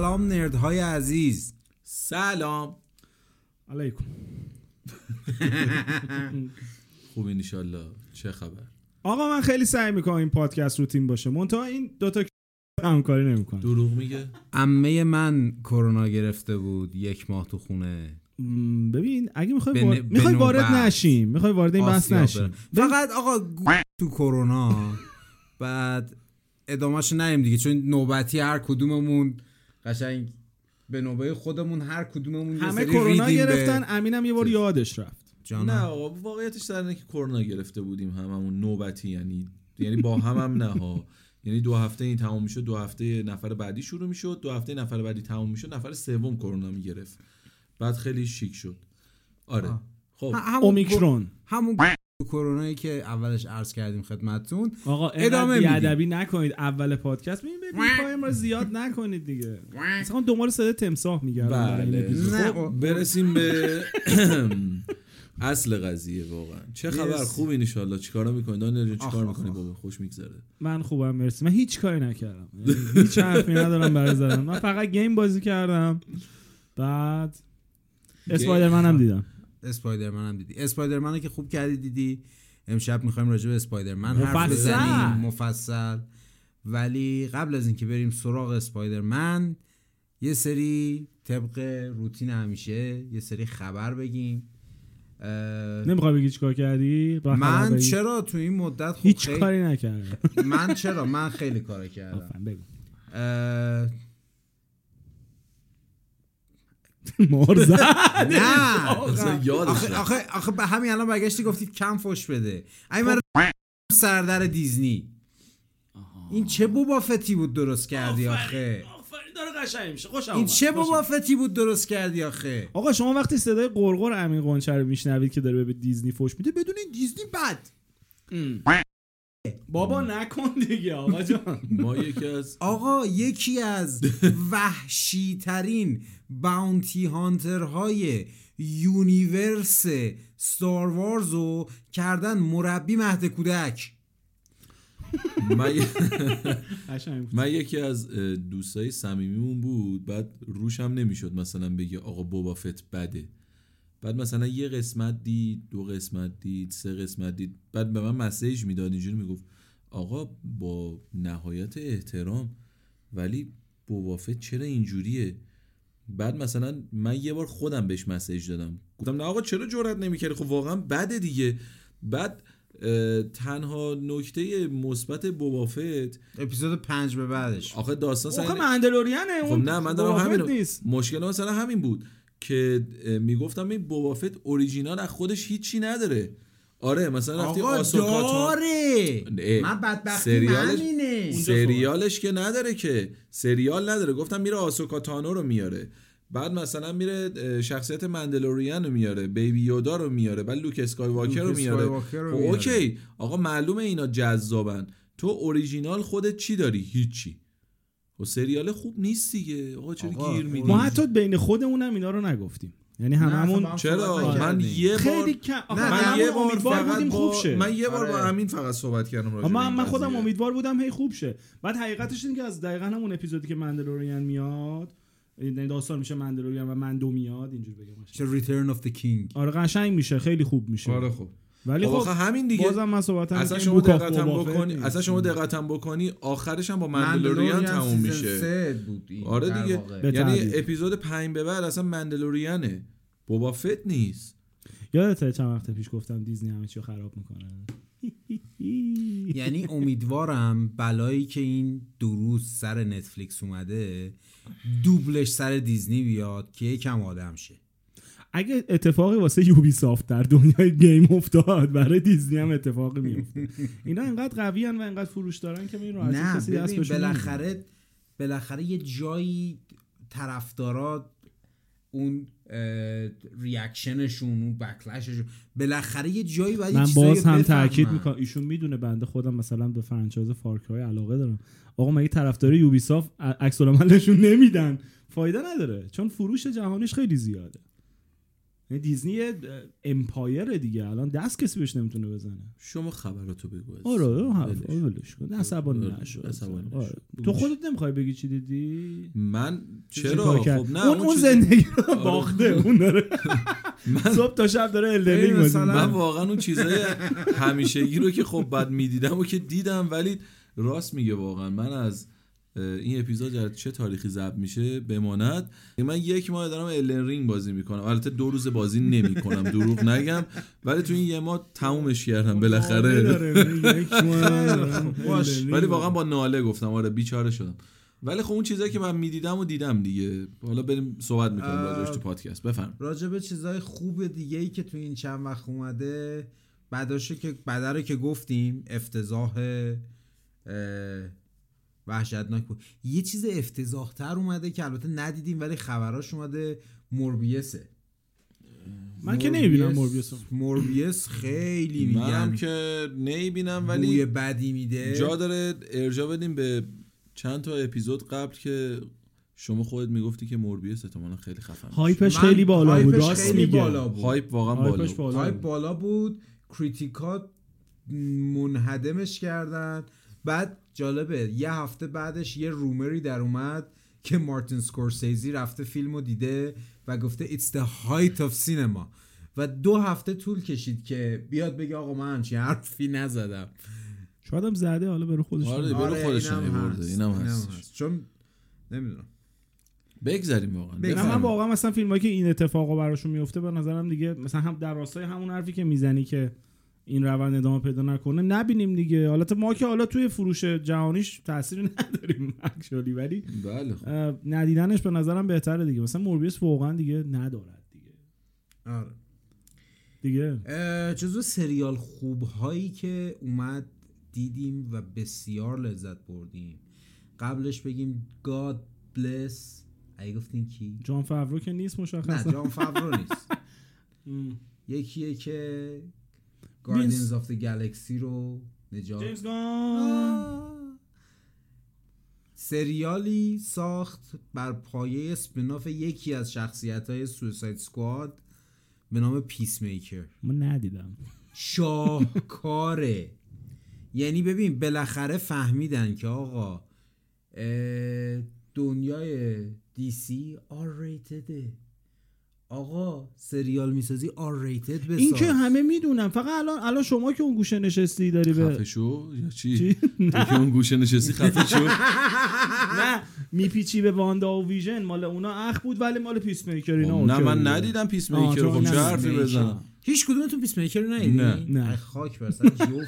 نردهای عزیز سلام علیکم خوب انشالله چه خبر آقا من خیلی سعی میکنم این پادکست روتین باشه منتها این دوتا همکاری نمیکنه دروغ میگه عمه من کرونا گرفته بود یک ماه تو خونه ببین اگه میخوای به وار... ن- به میخوای وارد نوبت. نشیم میخوای وارد این بحث آسیا نشیم بره. فقط آقا گو تو کرونا بعد ادامهش نریم دیگه چون نوبتی هر کدوممون قشنگ به نوبه خودمون هر کدوممون یه همه سری ریدیم کرونا به گرفتن امینم یه بار یادش رفت جانم. نه آقا واقعیتش در اینه که کرونا گرفته بودیم هممون نوبتی یعنی یعنی با هم هم نه ها یعنی دو هفته این تمام میشد دو هفته نفر بعدی شروع میشد دو هفته نفر بعدی تمام میشد نفر سوم کرونا میگرفت بعد خیلی شیک شد آره خب ه- همون اومیکرون گو- همون گو- تو کرونایی که اولش عرض کردیم خدمتتون آقا ادامه ادامه میدیم. بیادبی نکنید اول پادکست ببین ببین ما رو زیاد نکنید دیگه مثلا دنبال صدای تمساح بله میگردم نه، خب، آ- برسیم به اصل قضیه واقعا چه خبر مرسی. خوب این چیکارا چیکارا میکنی دانیال جان چیکار آخ، میکنی آخ. بابا خوش میگذره من خوبم مرسی من هیچ کاری نکردم یعنی هیچ حرفی ندارم برای زدن من فقط گیم بازی کردم بعد اسپایدرمن هم دیدم اسپایدرمن هم دیدی اسپایدرمن رو که خوب کردی دیدی امشب میخوایم راجع به اسپایدرمن حرف مفصل. بزنیم مفصل ولی قبل از اینکه بریم سراغ اسپایدرمن یه سری طبق روتین همیشه یه سری خبر بگیم اه، نمیخوای بگی چیکار کردی با خبر من بگی. چرا تو این مدت خوب هیچ خیلی- کاری نکردم من چرا من خیلی کار کردم آفرین، بگو اه، مار زد. نه اصلا یادش آخه رفت. آخه آخه به همین الان برگشتی گفتی کم فش بده ای من سردر دیزنی این چه بوبافتی بود درست کردی آخه آفرین داره قشنگ میشه خوشم این اومد. چه خوشم. بوبافتی بود درست کردی آخه آقا شما وقتی صدای قرقر امین قنچه رو میشنوید که داره به دیزنی فوش میده بدون این دیزنی بد بابا نکن دیگه آقا جان ما یکی از آقا یکی از وحشی ترین باونتی هانترهای یونیورس ستار وارز رو کردن مربی مهد کودک من یه- قشنگ بود. من یکی از اه، دوستای صمیمیمون بود بعد روشم نمیشد مثلا بگه آقا بابا فت بده بعد مثلا یه قسمت دید دو قسمت دید سه قسمت دید بعد به من مسیج میداد اینجوری میگفت آقا با نهایت احترام ولی بابا فت چرا اینجوریه بعد مثلا من یه بار خودم بهش مسیج دادم گفتم نه آقا چرا جرئت نمیکردی خب واقعا بده دیگه بعد اه، تنها نکته مثبت بابافت اپیزود پنج به بعدش آخه داستان سر آخه مندلورینه خب اون نه من دارم بابا فت همین رو- نیست مشکل مثلا همین بود که اه، میگفتم این بوبافت اوریجینال از خودش هیچی نداره آره مثلا رفتی آقا آسوکاتان داره اه، من بدبختی سریالش- همینه خب. سریالش که نداره که سریال نداره گفتم میره آسوکاتانو رو میاره بعد مثلا میره اه، شخصیت مندلوریان رو میاره بیبی یودا رو میاره بعد لوک اسکای واکر لوک رو میاره اسکایواکر رو خب میاره. اوکی آقا معلومه اینا جذابن تو اوریجینال خودت چی داری هیچی و سریال خوب نیست دیگه آقا چرا آقا، گیر میدی خب، ما حتی بین خودمونم اینا رو نگفتیم یعنی هممون چرا من نکردیم. یه بار خیلی کم آخه نه، من هممون یه بار امیدوار فقط بودیم با- خوب شه من یه بار با آره. امین فقط صحبت کردم راجع آه، به من این من خودم قضیه. امیدوار بودم هی خوب شه بعد حقیقتش اینه که از دقیقا همون اپیزودی که مندلورین میاد یعنی داستان میشه مندلورین و مندو میاد اینجوری بگم قشنگ. چه ریترن آف the کینگ آره قشنگ میشه خیلی خوب میشه آره خب ولی آقا خب آخه همین دیگه بازم من صحبتم اصلا می‌کنم. شما Book of دقتم Boba Fett بکنی نیست. اصلا شما دقتم بکنی آخرش هم با مندلوریان تموم سیزن میشه سه بود این آره در دیگه واقع. به یعنی تعبیر. اپیزود 5 به بعد اصلا مندلوریانه بابا فت نیست یادته چند وقت پیش گفتم دیزنی همه چی رو خراب میکنه یعنی امیدوارم بلایی که این دو روز سر نتفلیکس اومده دوبلش سر دیزنی بیاد که یکم آدم شه اگه اتفاقی واسه یوبی سافت در دنیای گیم افتاد برای دیزنی هم اتفاقی میفته اینا اینقدر قوی و اینقدر فروش دارن که این راحتی نه کسی دست ببین بهشون نمی‌زنه. بالاخره بالاخره یه جایی طرفدارا اون اه، ریاکشنشون اون بکلششون بالاخره یه جایی باید یه من چیزایی باز هم بفهمن. تاکید میکنم ایشون میدونه بنده خودم مثلا به فرانچایز فارکرای علاقه دارم آقا مگه طرفدار یوبی سافت عکس نشون نمیدن فایده نداره چون فروش جهانیش خیلی زیاده یعنی دیزنی یه امپایر دیگه الان دست کسی بهش نمیتونه بزنه شما خبراتو بگو عزیز. آره اون حرف ولش. آره، ولش کن عصبانی آره، نشو عصبانی آره. نشو. تو خودت نمیخوای بگی چی دیدی من چی چرا کار خب کرد؟ نه اون اون چیز- زندگی رو آره. باخته اون داره من صبح تا شب داره ببین الدلینگ بازی مثلا- من می‌کنه. واقعا اون چیزای همیشگی رو که خب بد میدیدم و که دیدم ولی راست میگه واقعا من از اه، این اپیزود در چه تاریخی ضبط میشه بماند من یک ماه دارم الن رینگ بازی میکنم البته دو روز بازی نمیکنم دروغ نگم ولی تو این یه ماه تمومش کردم بالاخره داره، یک ماه داره. باش. ولی واقعا با ناله گفتم آره بیچاره شدم ولی خب اون چیزایی که من میدیدم و دیدم دیگه حالا بریم صحبت میکنیم آه. راجعش تو پادکست بفهم راجع به چیزای خوب دیگه ای که تو این چند وقت اومده بداشو که بده رو که گفتیم افتضاح اه، وحشتناک بود یه چیز افتضاح تر اومده که البته ندیدیم ولی خبراش اومده موربیسه من که نمیبینم موربیوس موربیوس موربیوس خیلی منم میگن که نمیبینم ولی ولی بوی بدی میده جا داره ارجا بدیم به چند تا اپیزود قبل که شما خودت میگفتی که موربیوس احتمالا خیلی خفن باشه. هایپش من- خیلی بالا بود هایپش راست خیلی میگه بالا بود. هایپ واقعا بالا هایپش بود. بالا تایپ بود. بالا بود کریتیکا منهدمش کردن بعد جالبه یه هفته بعدش یه رومری در اومد که مارتین سکورسیزی رفته فیلم رو دیده و گفته It's the height of cinema و دو هفته طول کشید که بیاد بگه آقا من همچین حرفی نزدم شاید هم زده حالا برای خودش آره، نمی‌دونه. برو خودش اینم نیورده، هست، اینم هستش. چون نمیدونم بگذریم واقعا بگذریم. نه من بفرمایید. واقعا مثلا فیلمایی که این اتفاقا براشون میفته به نظرم دیگه مثلا هم در راستای همون حرفی که میزنی که این روند ادامه پیدا نکنه نبینیم دیگه حالت ما که حالا توی فروش جهانیش تاثیری نداریم اکچولی ولی بله خب. اه، ندیدنش به نظرم بهتره دیگه مثلا موربیوس واقعا دیگه ندارد دیگه آره دیگه اه، جزو سریال خوب هایی که اومد دیدیم و بسیار لذت بردیم قبلش بگیم God bless اگه گفتین کی؟ جان فاورو که نیست نه مشخصا جان فبرو نیست ام. یکیه که Guardians of the Galaxy رو نجات جیمز گان سریالی ساخت بر پایه اسپیناف یکی از شخصیت های سویساید سکواد به نام پیس میکر من ندیدم شاهکاره یعنی ببین بالاخره فهمیدن که آقا اه، دنیای دی سی آر ریتده آقا سریال میسازی آر ریتد بساز این که همه میدونم فقط الان الان شما که اون گوشه نشستی داری خفه به شو یا چی؟ چی تو که اون گوشه نشستی خفه شو نه میپیچی به واندا و ویژن مال اونا اخ بود ولی مال پیس میکر اینا خب، نه اوکی من بود. ندیدم پیس آه، میکر تو خب چه نه. حرفی پیسمیکر. بزنم هیچ کدومتون پیس میکر رو ندیدین؟ نه. بله. نه. ای خاک بر سر جفتتون.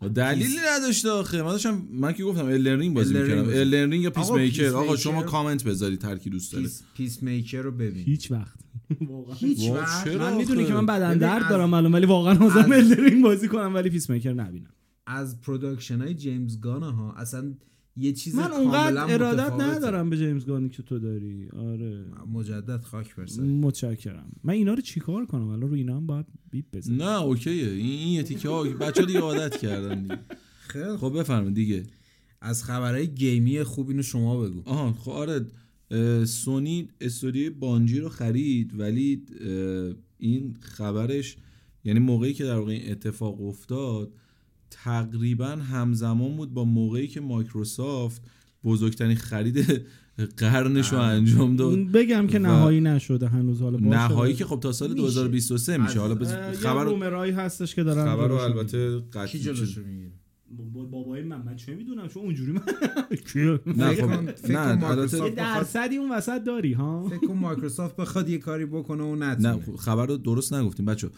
خب دلیلی نداشت آخه من داشتم من که گفتم الرنینگ بازی Elden Ring میکردم بازی. الرنینگ یا پیس آقا، میکر آقا پیسمیکر. شما کامنت بذارید هر کی دوست داره پیس پیس میکر رو ببین هیچ وقت واقعا هیچ وای، وقت چرا؟ من میدونی آخه. که من بدن ببین، درد یعنی از- دارم الان ولی واقعا از- حوزم الدرینگ بازی کنم ولی پیس میکر نبینم از پروداکشن های جیمز گانه ها اصلا یه چیز من کاملا اونقدر ارادت متفاوته. ندارم به جیمز گانی که تو داری آره مجدد خاک بر سر متشکرم من اینا رو چیکار کنم الان رو اینا هم باید بیپ بزنم نه اوکیه این این یه تیکه ها بچه دیگه عادت کردن دیگه خیلی خوب. خب بفرمایید دیگه از خبرهای گیمی خوب اینو شما بگو آها خب آره اه، سونی استودیوی بانجی رو خرید ولی اه، این خبرش یعنی موقعی که در واقع این اتفاق افتاد تقریبا همزمان بود با موقعی که مایکروسافت بزرگترین خرید قرنش رو انجام داد بگم که و- نهایی نشده هنوز حالا باز نهایی شده. که خب تا سال میشه. 2023 میشه حالا از- بز- اه، یه خبر رو- رومرایی هستش که دارن خبر رو جلوشون البته کی قطعی جلوشو میگیره با- بابای من من چه میدونم چون اونجوری من کیه؟ نه، فکر خب، کن- فکر کن نه، البته- مایکروسافت یه بخواد- درصدی اون وسط داری ها فکر کن مایکروسافت بخواد یه کاری بکنه و نه نتونه خب، خبر رو درست نگفتیم بچه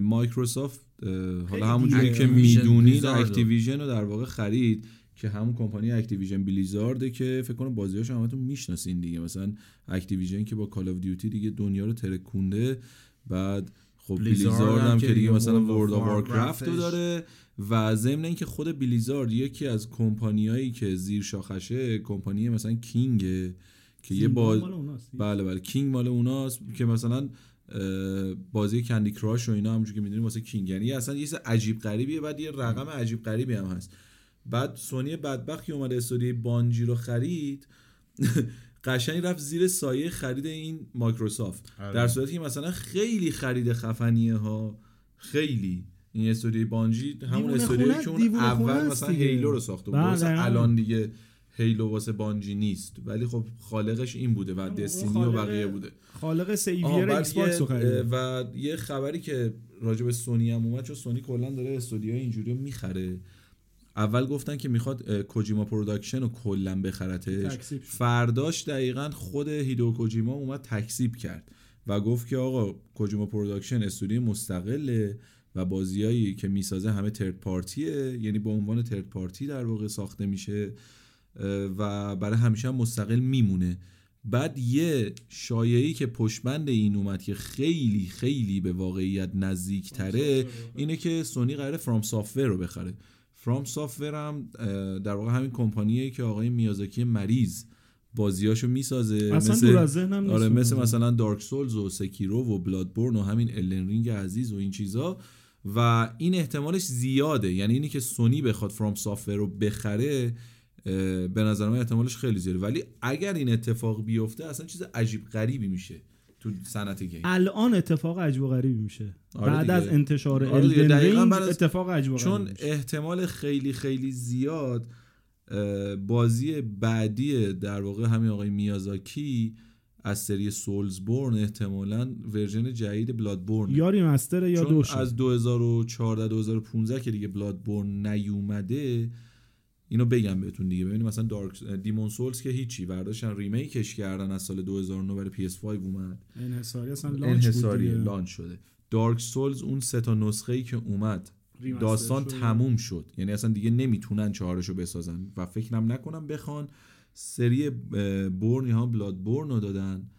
مایکروسافت اه، خیلی حالا همونجوری دیگه که Activision میدونید Blizzard رو. اکتیویژن رو در واقع خرید که همون کمپانی اکتیویژن بلیزارده که فکر کنم بازیاش همتون میشناسین دیگه مثلا اکتیویژن که با کال آف دیوتی دیگه دنیا رو ترکونده بعد خب بلیزارد بلیزارد هم که دیگه مثلا World ورد of آف وارکرافت رو Warcraftش. داره و ضمن اینکه خود بلیزارد یکی از کمپانیایی که زیر شاخشه کمپانی مثلا کینگه که یه باز مال اوناست. بله بله کینگ مال اوناست که مثلا اه، بازی کندی کراش و اینا همونجور که میدونیم واسه کینگ یعنی اصلا یه چیز عجیب غریبیه بعد یه رقم عجیب غریبی هم هست بعد سونی بدبخت که اومده استودیوی بانجی رو خرید قشنگ رفت زیر سایه خرید این مایکروسافت آره. در صورتی که مثلا خیلی خرید خفنیه ها خیلی این استودیو بانجی همون دیوونه استودیویی خونه- که اون دیوونه خونه اول است مثلا دیگه. هیلو رو ساخته بود بله، مثلا دقیقاً. الان دیگه هیلو واسه بانجی نیست ولی خب خالقش این بوده و اون دستینی و خالق- بقیه بوده خالق آه، سیویر بعد ایکس باکس یه- رو خریده و یه خبری که راجع به سونی هم اومد چون سونی کلا داره استودیو اینجوری رو میخره اول گفتن که میخواد اه، کوجیما پروداکشن رو کلا بخرتش تکذیب شد. فرداش دقیقا خود هیدو کوجیما اومد تکسیب کرد و گفت که آقا کوجیما پروداکشن استودیو مستقله و بازیایی که میسازه همه ترد پارتیه یعنی به عنوان ترد پارتی در واقع ساخته میشه اه، و برای همیشه هم مستقل میمونه بعد یه شایعی که پشتبند این اومد که خیلی خیلی به واقعیت نزدیکتره اینه که سونی قراره فرام سافتور رو بخره فرام سافتور هم اه، در واقع همین کمپانیه که آقای میازاکی مریض بازیاشو میسازه اصلا دور از ذهنم نیست آره مثل مثلا دارک سولز و سکیرو و بلادبورن و همین الن رینگ عزیز و این چیزا و این احتمالش زیاده یعنی اینی که سونی بخواد فرام سافر رو بخره اه، به نظر من احتمالش خیلی زیاده ولی اگر این اتفاق بیفته اصلا چیز عجیب غریبی میشه تو صنعت گیم الان اتفاق عجب و غریبی میشه آره بعد دیگه. از انتشار آره دیگه، الدن دقیقاً رینگ بعد از- اتفاق عجب و غریبی چون میشه. احتمال خیلی خیلی زیاد اه، بازی بعدی در واقع همین آقای میازاکی از سری سولزبورن احتمالا ورژن جدید بلادبورن یا ریمستر یا چون دو شد. از 2014 2015 که دیگه بلادبورن نیومده اینو بگم بهتون دیگه ببینید مثلا دارک دیمون سولز که هیچی برداشتن ریمیکش کردن از سال 2009 برای PS5 اومد انحصاری اصلا لانچ بود انحصاری دیگه. لانچ شده دارک سولز اون سه تا نسخه ای که اومد ریمستر داستان شد. تموم شد یعنی اصلا دیگه نمیتونن چهارشو بسازن و فکرم نکنم بخوان سری اه، بورن ها بلاد بورن رو دادن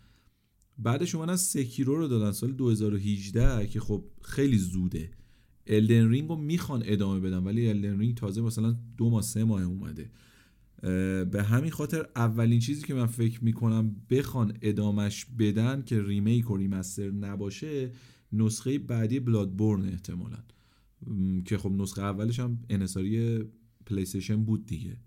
بعدش اومدن سکیرو رو دادن سال 2018 که خب خیلی زوده الدن رینگ رو میخوان ادامه بدن ولی الدن رینگ تازه مثلا دو ماه سه ماه اومده اه، به همین خاطر اولین چیزی که من فکر میکنم بخوان ادامش بدن که ریمیک و ریمستر نباشه نسخه بعدی بلادبورن احتمالا م، که خب نسخه اولش هم انحصاری پلیستیشن بود دیگه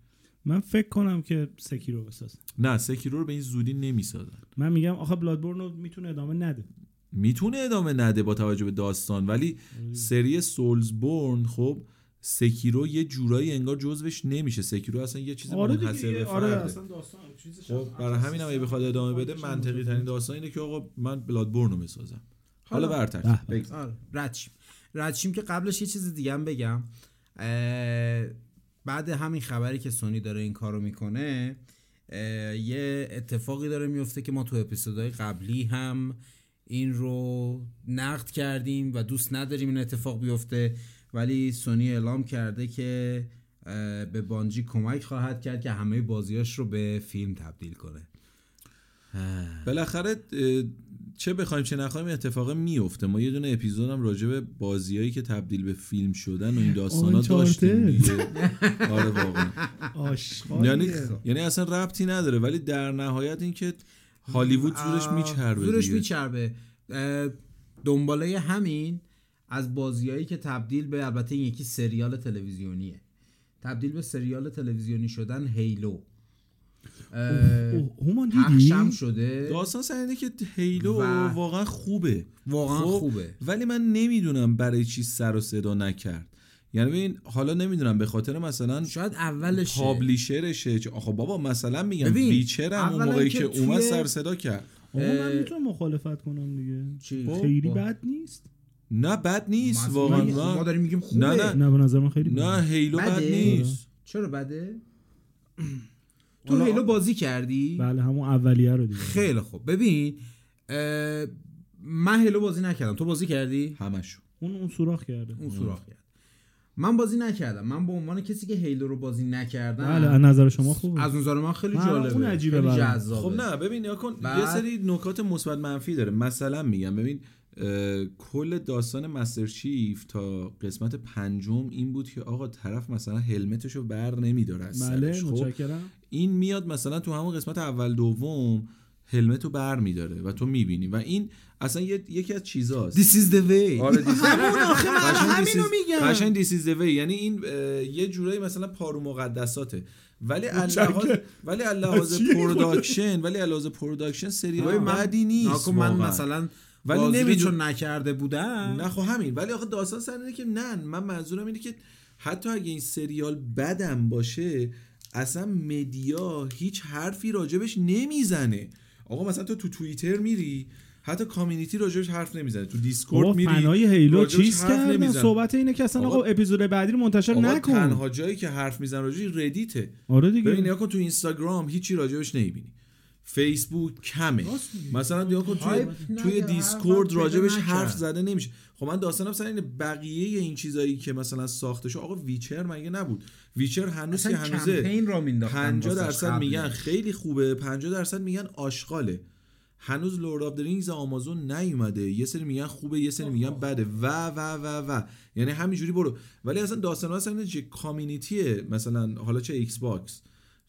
من فکر کنم که سکیرو بسازه نه سکیرو رو به این زودی نمیسازن من میگم آخه بلادبورن رو میتونه ادامه نده میتونه ادامه نده با توجه به داستان ولی سری سولزبورن خب سکیرو یه جورایی انگار جزوش نمیشه سکیرو اصلا یه چیز آره منحصر دیگه آره به فرده. اصلا داستان چیزش آره، خب برای همین هم اگه بخواد ادامه بده منطقی ترین داستان اینه که آقا من بلادبورن رو میسازم حالا حالا. برتر به. آره ردشیم ردشیم که قبلش یه چیز دیگه هم بگم اه، بعد همین خبری که سونی داره این کارو میکنه اه، یه اتفاقی داره میفته که ما تو اپیزودهای قبلی هم این رو نقد کردیم و دوست نداریم این اتفاق بیفته ولی سونی اعلام کرده که اه، به بانجی کمک خواهد کرد که همه بازیاش رو به فیلم تبدیل کنه بالاخره اه، چه بخوایم چه نخوایم اتفاق میفته ما یه دونه اپیزود هم راجع به بازیایی که تبدیل به فیلم شدن و این داستانا Uncharted. داشتیم دیگه. آره واقعا آشغالیه. یعنی یعنی اصلا ربطی نداره ولی در نهایت اینکه هالیوود زورش آه، میچربه زورش دیگه. میچربه اه، دنباله همین از بازیایی که تبدیل به البته این یکی سریال تلویزیونیه تبدیل به سریال تلویزیونی شدن هیلو اه، خب، اوه، هومان دیدی پخشم شده داستان سر اینه که هیلو و- واقعا خوبه واقعا خب، خوبه. ولی من نمیدونم برای چی سر و صدا نکرد یعنی ببین حالا نمیدونم به خاطر مثلا شاید اولش پابلیشرشه چه آخه بابا مثلا میگم ببین، ویچرم اون اولا موقعی که که اومد توی- سر و صدا کرد آقا من میتونم مخالفت کنم دیگه چی؟ خیلی خب. بد نیست نه بد نیست واقعا ما من- داریم میگیم خوبه نه، نه به نظر من خیلی بد نه هیلو بد بده؟ نیست چرا بده تو حالا- هیلو بازی کردی بله همون اولیه رو دیگه خیلی خوب ببین اه، من هیلو بازی نکردم تو بازی کردی همشون اون اون سوراخ کرده اون سوراخ کرد من بازی نکردم من به عنوان کسی که هیلو رو بازی نکردم بله از نظر شما خوبه از نظر من خیلی من- جالبه اون عجیبه خیلی برام. جذابه خب نه ببین نیا کن بعد- یه سری نکات مثبت منفی داره مثلا میگم ببین اه، کل داستان مستر چیف تا قسمت پنجم این بود که آقا طرف مثلا هلمتشو بر نمیداره از بله سرش خب متشکرم این میاد مثلا تو همون قسمت اول دوم هلمت رو بر میداره و تو میبینی و این اصلا یه- یکی از چیزاست This is the way آره دیس- همون آخه من قشنگ همینو this is- میگم قشنگ this is the way. یعنی این اه، یه جورایی مثلا پارو مقدساته ولی اللحاظ متشکرم. ولی اللحاظ چیه خدا؟ پروداکشن ولی اللحاظ پروداکشن سریال وای، من- بعدی نیست ناکن من واقعاً. مثلا ولی ولی نمی‌دون- چون نکرده بودم نه خب همین ولی آخه داستان سر اینه که نه من منظورم اینه که حتی اگه این سریال بدم باشه اصلا مدیا هیچ حرفی راجبش نمیزنه آقا مثلا تو تو توییتر میری حتی کامیونیتی راجبش حرف نمیزنه تو بابا دیسکورد خب، میری فنای هیلو راجبش چیز حرف کردن نمیزنه. صحبت اینه که اصلا آقا آقا- اپیزود بعدی رو منتشر آقا نکن تنها جایی که حرف میزن راجبش ردیته آره ببین دیگه نگاه کن تو اینستاگرام هیچی راجبش نمیبینی فیسبوک کمه راست میگی. مثلا نگاه کن توی تایپ نکرد، توی حرفم دیسکورد پیدا راجبش نکرد. حرف زده نمیشه خب من داستانم سر اینه بقیه این چیزایی که مثلا ساخته شد آقا ویچر مگه نبود ویچر هنوز که اصلا هنوزه کمپین را مینداختم 50 واسش درصد قبل. میگن خیلی خوبه 50 درصد میگن آشغاله هنوز لورد آف درینگز آمازون نیومده یه سری میگن خوبه یه سری میگن بده و و و و یعنی همینجوری برو ولی اصلا داستان اصلا اینه که کامیونیتی مثلا حالا چه ایکس باکس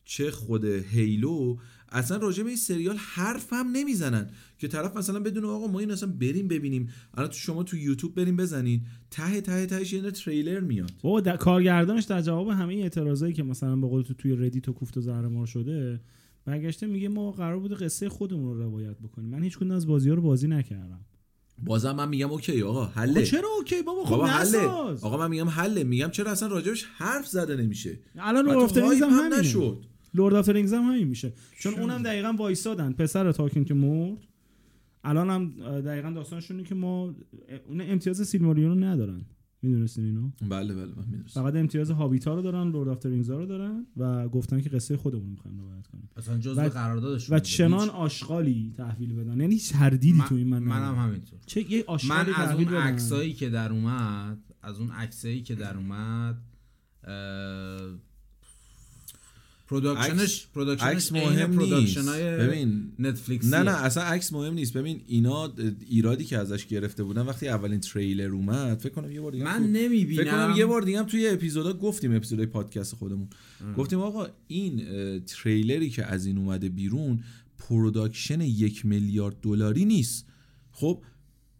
چه خود هیلو اصلا راجع به این سریال حرف هم نمیزنن که طرف مثلا بدون آقا ما این اصلا بریم ببینیم الان تو شما تو یوتیوب بریم بزنین ته ته تهش یه دونه تریلر میاد بابا در- کارگردانش در جواب همه این اعتراضایی که مثلا به قول تو توی ردیت و کوفت و زهرمار شده برگشته میگه ما قرار بود قصه خودمون رو روایت بکنیم من هیچ کدوم از بازی رو بازی نکردم بازم من میگم اوکی آقا آقا حله چرا اوکی بابا خب خب حله نساز آقا من میگم حله میگم چرا اصلا راجبش حرف زده نمیشه الان و لورد تو آف درینگز هم هایپ هم همینه. نشد لورد آف رینگز هم همین میشه چون اونم دقیقا وایسادن پسر تاکین که مرد الان هم دقیقا داستانشون اینه که ما اون امتیاز سیلماریون رو ندارن میدونستین اینو بله بله من میدونستم فقط امتیاز هابیتا رو دارن لورد آف رینگز رو دارن و گفتن که قصه خودمون میخوایم روایت کنیم اصلا و- جزء قراردادش و چنان آشغالی تحویل بدن یعنی هیچ تردیدی تو این من ندارم. منم همینطور چه یه من آشغالی از تحویل اون بدن. عکسایی که در اومد از اون عکسایی که در اومد اه، پروداکشنش عکس پروداکشنش مهم نیست ببین نتفلیکسی نه نه اصلا عکس مهم نیست ببین اینا ایرادی که ازش گرفته بودن وقتی اولین تریلر اومد فکر کنم یه بار دیگه هم من تو- نمیبینم فکر کنم یه بار دیگه هم توی اپیزودا گفتیم اپیزودهای پادکست خودمون گفتیم آقا این اه، تریلری که از این اومده بیرون پروداکشن یک میلیارد دلاری نیست خب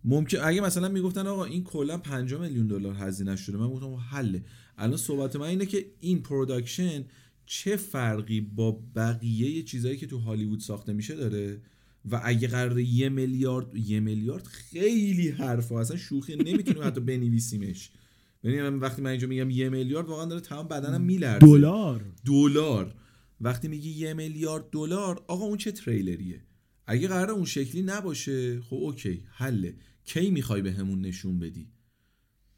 ممکن اگه مثلا میگفتن آقا این کلا 5 میلیون دلار هزینه شده من گفتم آقا حله الان صحبت من اینه که این پروداکشن چه فرقی با بقیه چیزایی که تو هالیوود ساخته میشه داره و اگه قرار یه میلیارد یه میلیارد خیلی حرفه اصلا شوخی نمیتونیم حتی بنویسیمش ببین من وقتی من اینجا میگم یه میلیارد واقعا داره تمام بدنم میلرزه دلار دلار وقتی میگی یه میلیارد دلار آقا اون چه تریلریه اگه قرار اون شکلی نباشه خب اوکی حله کی میخوای به همون نشون بدی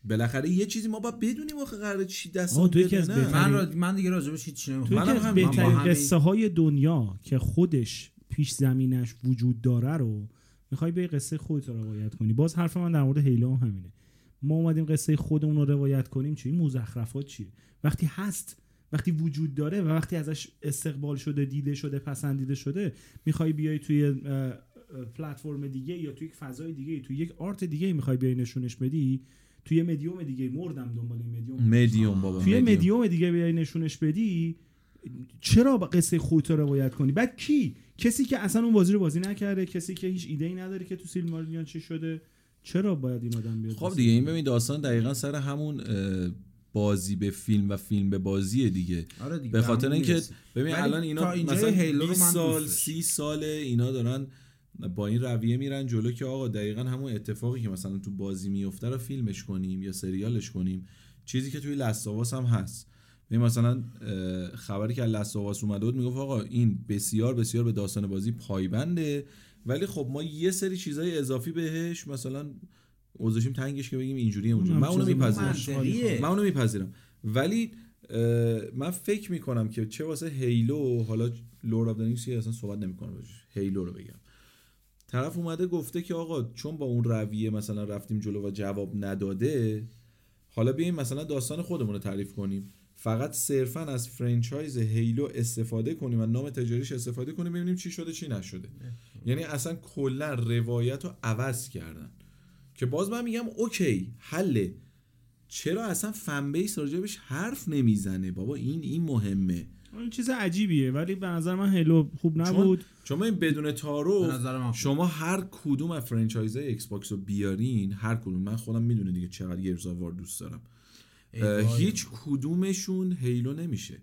بالاخره یه چیزی ما باید بدونیم آخه قرار چی آقا دستمون تو یکی بده از نه. بهترین- من را... من دیگه راجبش هیچ تو نمیخوام یکی منم از هم- بهترین من قصه های دنیا که خودش پیش زمینش وجود داره رو میخوای به قصه خودت رو روایت کنی باز حرف من در مورد هیلا هم همینه ما اومدیم قصه خودمون رو روایت کنیم چی مزخرفات چیه وقتی هست وقتی وجود داره و وقتی ازش استقبال شده دیده شده پسندیده شده میخوای بیای توی اه، اه، پلتفرم دیگه یا توی یک فضای دیگه توی یک آرت دیگه میخوای بیای نشونش بدی توی یه مدیوم دیگه مردم دنبال این مدیوم مدیوم بابا توی مدیوم دیگه بیای نشونش بدی چرا با قصه خودت رو روایت کنی بعد کی کسی که اصلا اون بازی رو بازی نکرده کسی که هیچ ایده ای نداره که تو سیلماریون چی شده چرا باید این آدم بیاد خب دیگه این ببین داستان دقیقا سر همون اه، بازی به فیلم و فیلم به بازیه دیگه آره دیگه به خاطر همون اینکه میرسیم. ببین ولی الان اینا تا اینجای مثلا هیلو رو 20 من سال دوست 30 سال اینا دارن با این رویه میرن جلو که آقا دقیقا همون اتفاقی که مثلا تو بازی میفته رو فیلمش کنیم یا سریالش کنیم چیزی که توی لستاواس هم هست ببین مثلا اه، خبری که از لستاواس اومده بود میگفت آقا این بسیار بسیار به داستان بازی پایبنده ولی خب ما یه سری چیزای اضافی بهش مثلا اوزشیم تنگش که بگیم اینجوری اونجوری اونم من اونو چیز میپذیرم منطقیه. من اونو میپذیرم ولی اه، من فکر میکنم که چه واسه هیلو حالا لورد آف دنیکس که اصلا صحبت نمیکنم هیلو رو بگم طرف اومده گفته که آقا چون با اون رویه مثلا رفتیم جلو و جواب نداده حالا بیایم مثلا داستان خودمون رو تعریف کنیم فقط صرفا از فرنچایز هیلو استفاده کنیم و نام تجاریش استفاده کنیم ببینیم چی شده چی نشده یعنی اصلا کلا روایت رو عوض کردن که باز من میگم اوکی حله چرا اصلا فن بیس راجبش حرف نمیزنه بابا این این مهمه اون چیز عجیبیه ولی به نظر من هلو خوب نبود چون این بدون به تعارف نظر من شما هر کدوم از فرانچایز ایکس باکس رو بیارین هر کدوم من خودم میدونه دیگه چقدر گیرز وار دوست دارم ای اه، وای. هیچ کدومشون هیلو نمیشه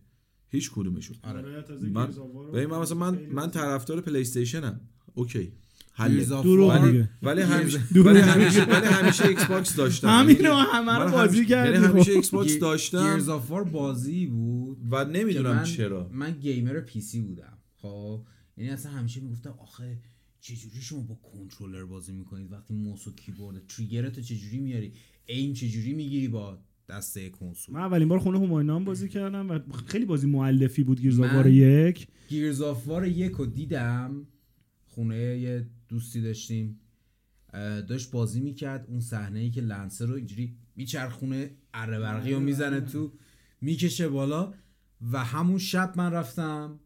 هیچ کدومشون آره، تازه من Gears of War رو ببین من مثلا من خیلی من طرفدار پلی استیشنم اوکی حله Gears of دروغ War. دیگه. ولی همیشه دروغ. ولی همیشه ولی همیشه ایکس باکس داشتم همینو یعنی- همه رو من بازی همیشه- کردی، یعنی همیشه خب. ایکس باکس Ge- Gears داشتم of War بازی بود و که نمیدونم من- چرا من گیمر پی سی بودم خب یعنی اصلا همیشه میگفتم آخه چجوری شما با کنترلر بازی میکنید وقتی موس و کیبورد تریگرتو چجوری میاری ایم چجوری میگیری با دسته کنسول من اولین بار خونه هماینا هم بازی کردم و خیلی بازی مؤلفی بود من- گیرزاوار یک گیرز آف وار یک رو دیدم خونه یه دوستی داشتیم اه، داشت بازی میکرد اون صحنه ای که لنسر رو اینجوری میچرخونه اره برقی رو میزنه تو میکشه بالا و همون شب من رفتم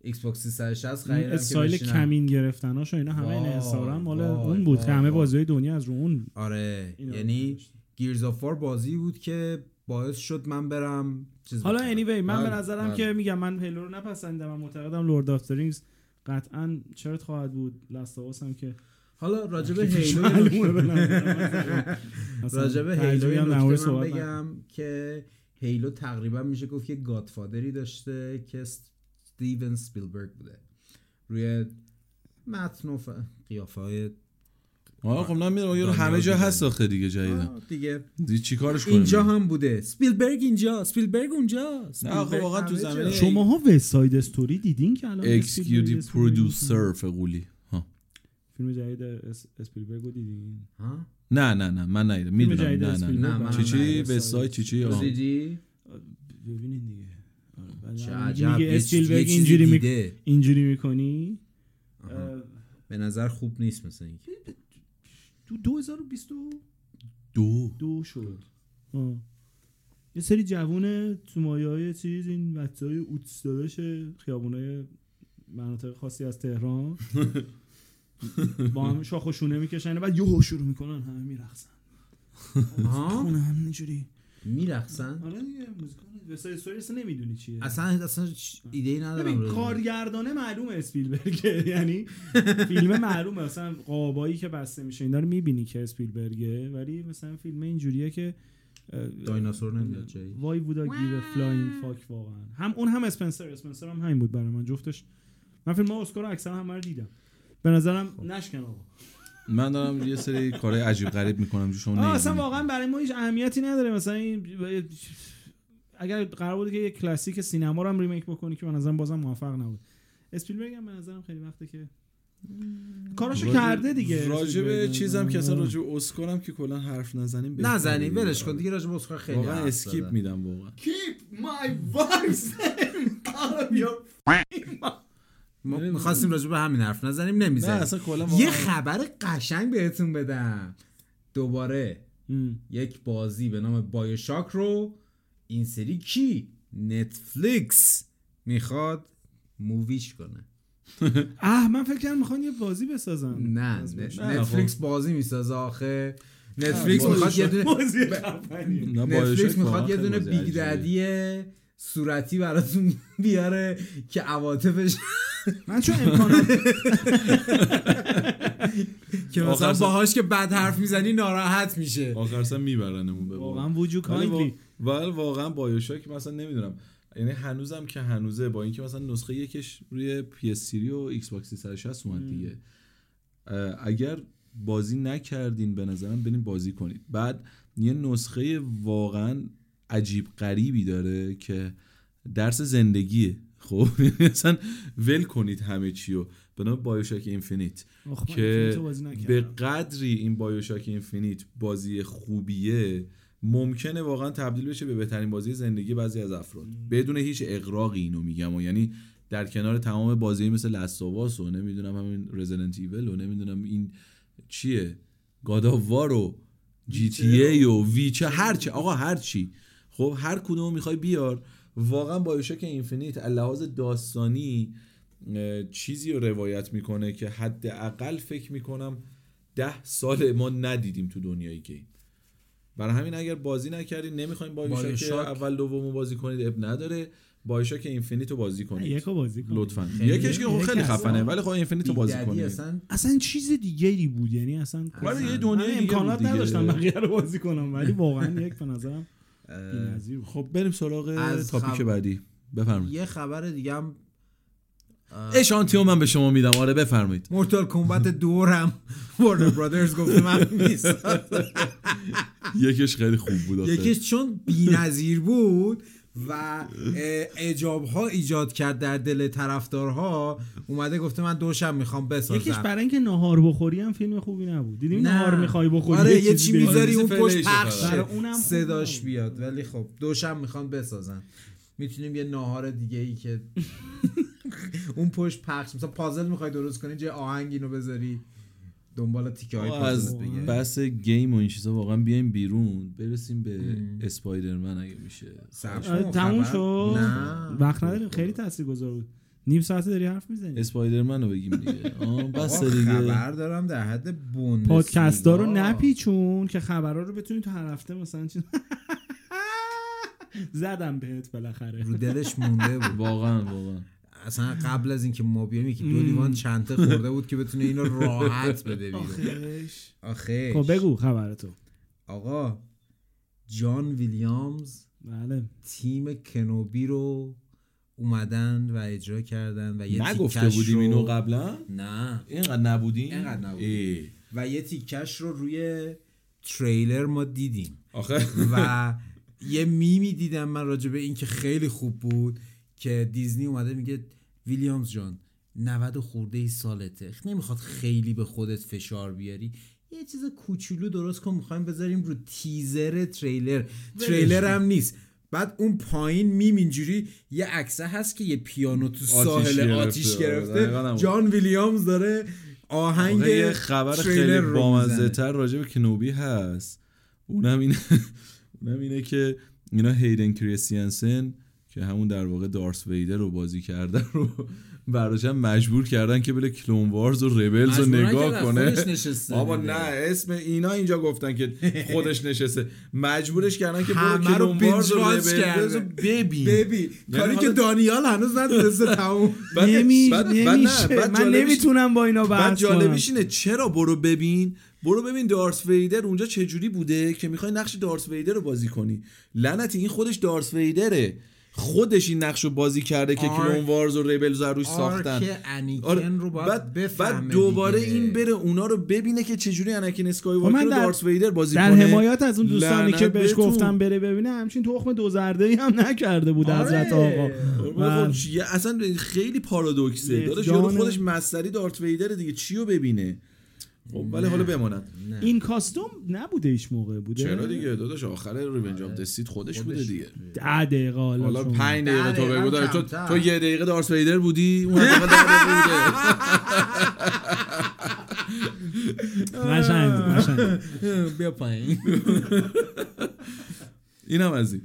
ایکس باکس 360 این خریدم که استایل بشینم کمین گرفتناش و اینا همه وای، این احسارا مال وای، اون بود وای، که همه وای. بازی دنیا از رو اون آره اینا رو یعنی نداشت. گیرز آف وار بازی بود که باعث شد من برم چیز حالا یعنی بکنم. anyway من به بله، نظرم بله. که میگم من هلو رو نپسندم من معتقدم لورد آف درینگز قطعا چرت خواهد بود لاست هم که حالا راجب هیلو بله. یه نکته- معلومه به نظر من. اصلا راجب هیلو تجربه یه هم در مورد نکته من صحبت نکن. بگم که هیلو تقریبا میشه گفت که گادفادری داشته که ستیون سپیلبرگ بوده روی متن و ف... قیافه های آه خب نمیدونم یارو دنیا همه جا دیدن. هست آخه دیگه جدیدا دیگه دی- چیکارش کنیم اینجا هم بوده سپیلبرگ اینجا سپیلبرگ اونجا نه آخه سپیلبرگ واقعا تو همه جا. زمینه شماها وب ساید استوری دیدین که الان اسپیلبرگ اکسکیوتیو اسپیلبرگ پرودوسر فقولی ها فیلم جدید اس- اسپیلبرگ رو دیدین ها؟ نه نه نه من نیدم میدونم جدید نه نه اسپیلبرگ نه، من چی چی نه، به سایت چی چی آه. دیدی؟ آره. ببینین دیگه آره، بعد چه الان عجب میگه یه چیز- یه اسپیلبرگ چیزی اینجوری می- دیده. اینجوری میکنی آها. به نظر خوب نیست مثل اینکه تو 2022 دو دو شد آه. یه سری جوونه تو مایه های چیز این بچه های اوتستاداش خیابونه مناطق خاصی از تهران با هم شاخشونه میکشن بعد یهو شروع میکنن همه میرقصن ها خونه همینجوری میرقصن آره دیگه موزیکال وسایل استوری اصلا نمیدونی چیه اصلا اصلا چ- ایده ای ندارم ببین راجع به- کارگردانه معلومه اسپیلبرگه یعنی فیلم معلومه مثلا قابایی که بسته میشه اینا رو میبینی که اسپیلبرگه ولی مثلا فیلم اینجوریه که اه، دایناسور نمیاد جایی وای وودا گیو فلاین فاک واقعا هم اون هم اسپنسر اسپنسر هم همین بود برای من جفتش من فیلم اسکار رو اکثر هم رو دیدم به خب، نظرم نشکن آقا من دارم یه سری کارهای عجیب غریب میکنم شما آه، نمی‌دونید. اصلا واقعا برای ما هیچ اهمیتی نداره مثلا این اگر قرار بود که یه کلاسیک سینما رو هم ریمیک بکنی که به نظرم بازم موفق نبود اسپیلبرگ هم به نظرم خیلی وقته که کاراشو راجع- کرده دیگه راجع به اسپیلبرگ. چیزم که اصلا راجع به اسکارم که کلا حرف نزنیم بهتره نزنیم دیگه. ولش کن دیگه راجع به اسکار خیلی واقعا حرف اسکیپ زدم. میدم واقعا Keep my wife's name out of your ما میخواستیم راجع به همین حرف نزنیم نه نمیزنیم اصلا کلا یه واقعا- خبر قشنگ بهتون بدم دوباره ام. یک بازی به نام بایوشاک رو این سری کی نتفلیکس میخواد موویش کنه اه من فکر کردم میخوان یه بازی بسازن نه از نه، بایوشاک. نتفلیکس بازی میسازه آخه نتفلیکس بایوشاک. میخواد یه دونه بازی خفنیه. نه، بایوشک نتفلیکس واقعا میخواد یه خیلی دونه بازی بیگ عجیبیه. ددی صورتی براتون بیاره که عواطفش من چون امکانات که آخر مثلا سر- باهاش که بد حرف میزنی ناراحت میشه آخر اصلا میبرنمون به واقعا وجود ولی کایندلی وا- ولی واقعا بایوشاک مثلا نمیدونم یعنی هنوزم که هنوزه با اینکه مثلا نسخه یکش روی PS3 و ایکس باکس 360 اومد دیگه اه، اگر بازی نکردین به نظرم برین بازی کنید بعد یه نسخه واقعا عجیب غریبی داره که درس زندگیه خب مثلا ول کنید همه چیو به نام بایوشاک اینفینیت که به قدری این بایوشاک اینفینیت بازی خوبیه ممکنه واقعا تبدیل بشه به بهترین بازی زندگی بعضی از افراد بدون هیچ اقراقی اینو میگم و یعنی در کنار تمام بازی مثل لستاواس و نمیدونم همین رزیدنت ایول و نمیدونم این چیه گاداوار و جی تی ای و ویچه هرچی آقا هرچی خب هر کدوم میخوای بیار واقعا بایوشاک اینفینیت از لحاظ داستانی اه، چیزی رو روایت میکنه که حداقل فکر میکنم ده سال ما ندیدیم تو دنیای گیم برای همین اگر بازی نکردین نمیخواین بایوشاک بایوشاک. اول دوم رو بازی کنید اب نداره بایشاک اینفینیتو بازی کنید یکو بازی کن لطفا خیلی- یکش که خب یک خیلی از- خفنه ولی خب اینفینیتو بازی بیگ ددی کنید اصلا اصلا چیز دیگری بود یعنی اصلا ولی اصلا. یه من دنیا دیگه بود امکانات دیگه. نداشتم بقیه رو بازی کنم ولی واقعا یک به نظرم اه، بی‌نظیر بود. خب بریم سراغ از تاپیک خب- بعدی بفرمایید یه خبر دیگه هم اشانتیو من به شما میدم آره بفرمایید مورتال کمبت دورم وارنر برادرز گفته من میسازم یکش خیلی خوب بود آخه. یکیش چون بی‌نظیر بود و اجاب ها ایجاد کرد در دل طرفدارها اومده گفته من دوشم میخوام بسازم یکیش برای اینکه نهار بخوری هم فیلم خوبی نبود دیدی نه. نهار میخوای بخوری آره یه چی بریزی. میذاری اون مثل پشت فعلش پخش شه. فقط. برای اونم خوب صداش نبود. بیاد ولی خب دوشم میخوان بسازن میتونیم یه ناهار دیگه ای که اون پشت پخش مثلا پازل میخوای درست کنی جای آهنگ اینو بذاری دنبال تیکه های ما از پازل بگه بس گیم و این چیزا واقعا بیایم بیرون برسیم به اسپایدرمن اگه میشه صبر کن، آه، آره، تموم خبر- شد نه وقت نداریم خیلی تاثیرگذار بود نیم ساعته داری حرف میزنی اسپایدرمن رو بگیم دیگه آه، آقا، بس دیگه خبر دارم در حد بوندسلیگا پادکست رو نپیچون که خبرها رو بتونی تو هر هفته مثلا چیز زدم بهت بالاخره رو دلش مونده بود واقعا واقعا اصلا قبل از اینکه ما بیایم یکی دو لیوان چنته خورده بود که بتونه اینو راحت بده بیرون آخه خب بگو خبرتو آقا جان ویلیامز بله تیم کنوبی رو اومدن و اجرا کردن و یه نگفته تیکش بودیم رو... اینو قبلا نه اینقدر نبودیم اینقدر نبودیم. ای. و یه تیکش رو روی تریلر ما دیدیم آخه و یه میمی دیدم من راجع به این که خیلی خوب بود که دیزنی اومده میگه ویلیامز جان 90 و خورده ای سالته نمیخواد خیلی به خودت فشار بیاری یه چیز کوچولو درست کن میخوایم بذاریم رو تیزر تریلر تریلر هم نیست بعد اون پایین میم اینجوری یه عکسه هست که یه پیانو تو آتیش ساحل گرفته. آره، آتیش گرفته دقیقاً همون. جان ویلیامز داره آهنگ آخه یه خبر تریلر خیلی رو بامزه میزنه. تر راجع به کنوبی هست اونم اینه اونم اینه که اینا هیدن کریستیانسن که همون در واقع دارس ویدر رو بازی کرده رو براشم مجبور کردن که بره کلون وارز و ریبلز رو مجبورن نگاه که کنه خودش نشسته آبا دیگه. نه اسم اینا اینجا گفتن که خودش نشسته مجبورش کردن که برو همه رو کلون وارز بینج و واچ ریبلز کرده یعنی رو ببین ببی کاری حالا- که دانیال هنوز ندونسته تموم بعد- نمی... بعد- بعد نه، نمیشه بعد من جالبش- نمیتونم با اینا بحث بعد جالبش کنم. اینه چرا برو ببین برو ببین دارس ویدر اونجا چجوری بوده که میخوای نقش دارس ویدر رو بازی کنی لعنتی این خودش دارس ویدره خودش این نقش رو بازی کرده که آرک- کلون وارز و ریبلز رو روش ساختن آرک انیکن آره، رو باید بعد, بفهمه بعد دوباره دیگه. این بره اونا رو ببینه که چجوری انکین اسکای خب من رو در- دارس ویدر بازی در کنه حمایت از اون دوستانی لعنت که بهش بهتون. گفتم بره ببینه همچین تخم دو زرده ای هم نکرده بود آره. حضرت آقا بابا و خب چیه؟ اصلا خیلی پارادوکسه داداش بله. جان- یارو خودش مستری دارت ویدر دیگه چی رو ببینه خب ولی حالا بماند نه. این کاستوم نبوده ایش موقع بوده چرا دیگه داداش آخر ریونج آف دسید خودش, بوده دیگه ده دقیقه حالا حالا شما. 5 ده دقیقه تو دقیقه بگو داداش. تو کمتر. تو یه دقیقه دارس ویدر بودی اون دقیقه دارت ویدر بوده قشنگ بود، قشنگ. بیا پایین اینم از این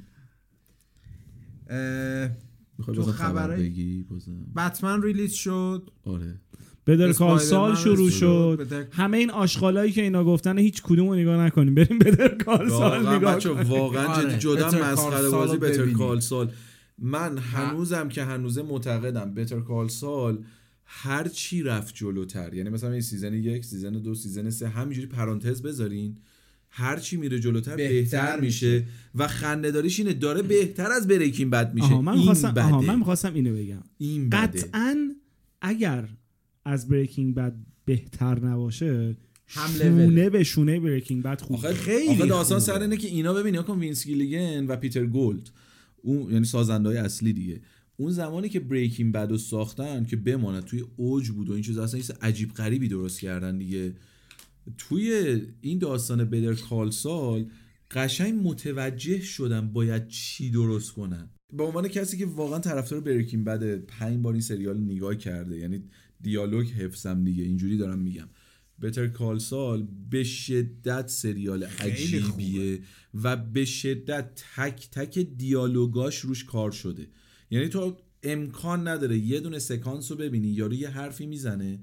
اه، میخوای تو بازم خبر خبرای- بگی بازم بتمن ریلیز شد آره بدر کال اسپایدرمن سال شروع شد. شد آره. بدر- همه این آشغالایی که اینا گفتن هیچ کدوم رو نگاه نکنیم بریم بدر کال سال واقعا نگاه بچه کنیم واقعا آره. جدی جدا بتر کال مسخره سال بازی رو بتر ببینید. کال سال من هنوزم که هنوزه معتقدم بتر کال سال هر چی رفت جلوتر یعنی مثلا این سیزن یک سیزن دو سیزن سه همینجوری پرانتز بذارین هر چی میره جلوتر بهتر, بهتر میشه و خنده‌داریش اینه داره بهتر از بریکینگ بد میشه آها من این می‌خواستم بده آها من می‌خواستم اینو بگم این بده قطعا اگر از بریکینگ بد بهتر نباشه هم شونه لول. به شونه بریکینگ بد خوب آخه خیلی آخه داستان خوبه. سر اینه که اینا ببین کن وینس گیلیگن و پیتر گولد اون یعنی سازنده های اصلی دیگه اون زمانی که بریکینگ بد رو ساختن که بماند توی اوج بود و این چیز اصلا یه چیز عجیب غریبی درست کردن دیگه توی این داستان بدر کالسال قشنگ متوجه شدن باید چی درست کنن به عنوان کسی که واقعا طرفدار بریکینگ بد پنج بار این سریال نگاه کرده یعنی دیالوگ حفظم دیگه اینجوری دارم میگم بتر کالسال به شدت سریال خیلی خوبه. عجیبیه و به شدت تک تک دیالوگاش روش کار شده یعنی تو امکان نداره یه دونه سکانس رو ببینی یارو یه حرفی میزنه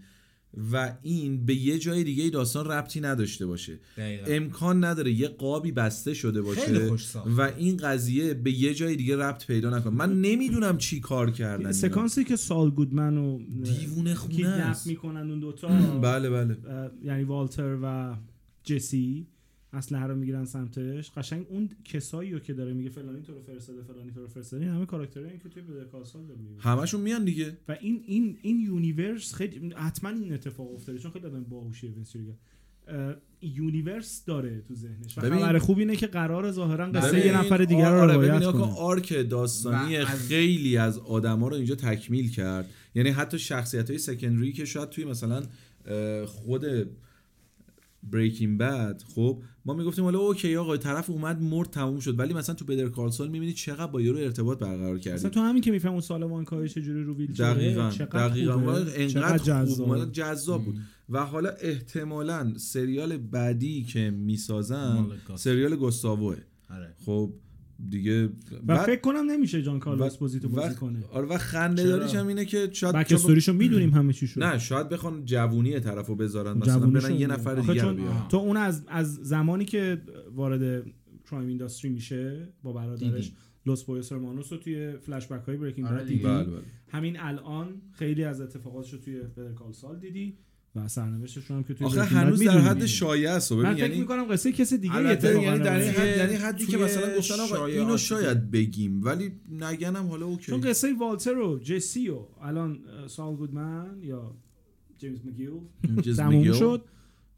و این به یه جای دیگه داستان ربطی نداشته باشه امکان نداره یه قابی بسته شده خیلی باشه خوش ساخت. و این قضیه به یه جای دیگه ربط پیدا نکنه من نمیدونم چی کار کردن اینا. سکانسی که سال گودمن و دیوونه کی خونه نپ است میکنن اون دوتا بله بله اه، یعنی والتر و جسی اسلحه رو میگیرن سمتش قشنگ اون کسایی رو که داره میگه فلانی تو رو فرستاده فلانی تو رو فرستاده این همه کاراکترایی که توی بدرکاسال داره میبینی. همشون میان دیگه و این این این یونیورس خیلی حتما این اتفاق افتاده چون خیلی آدم باهوشیه وینس جیگان. اه، یونیورس داره تو ذهنش و ببین- خبر خوب اینه که قرار ظاهرا قصه ببین، یه نفر دیگر رو آره، ببین، روایت نگاه کن، کنه آرک داستانی و از- خیلی از آدما رو اینجا تکمیل کرد یعنی حتی شخصیت های سکندری که شاید توی مثلا اه، خود بریکینگ بد خب ما میگفتیم حالا اوکی آقا طرف اومد مرد تموم شد ولی مثلا تو بدر کارسون میبینی چقدر با یارو ارتباط برقرار کردی مثلا تو همین که میفهم اون سالمان کاهی چجوری رو ویل چیره، دقیقا چقدر دقیقا خوبه، ما چقدر انقدر جذاب. خوب ما جذاب بود و حالا احتمالا سریال بعدی که میسازن مال گاس. سریال گستاوه آره خب دیگه و بعد- فکر کنم نمیشه جان و- کارلوس بازی تو بازی وقت- کنه آره و خنده چرا؟ داریش هم اینه که شاید بک چون- استوریشو میدونیم همه چی شد نه شاید بخوان جوونی طرف رو بذارن مثلا جوونیشو برن یه میدونیم. نفر آخه دیگه رو چون بیارن آه. تو اون از از زمانی که وارد کرایم اینداستری میشه با برادرش دیدی. لوس بویس هرمانوس رو توی فلش بک های بریکینگ آره بد دیگه. دیدی بله بله همین الان خیلی از اتفاقاتش رو توی بدر کال سال دیدی و سرنوشتش رو هم که توی آخه Breaking Bad هنوز در می‌دونی. حد شایعه است و من ببین فکر یعنی میکنم قصه کسی دیگه البته اتفاقا یعنی در این نبوده. حد یعنی توی- حدی که مثلا گفتن آقا شایعات اینو بود. شاید بگیم ولی نگنم حالا چون اوکی قصه والتر و جسی و الان اه، سال گودمن یا جیمز مگیل جز تموم میگه. شد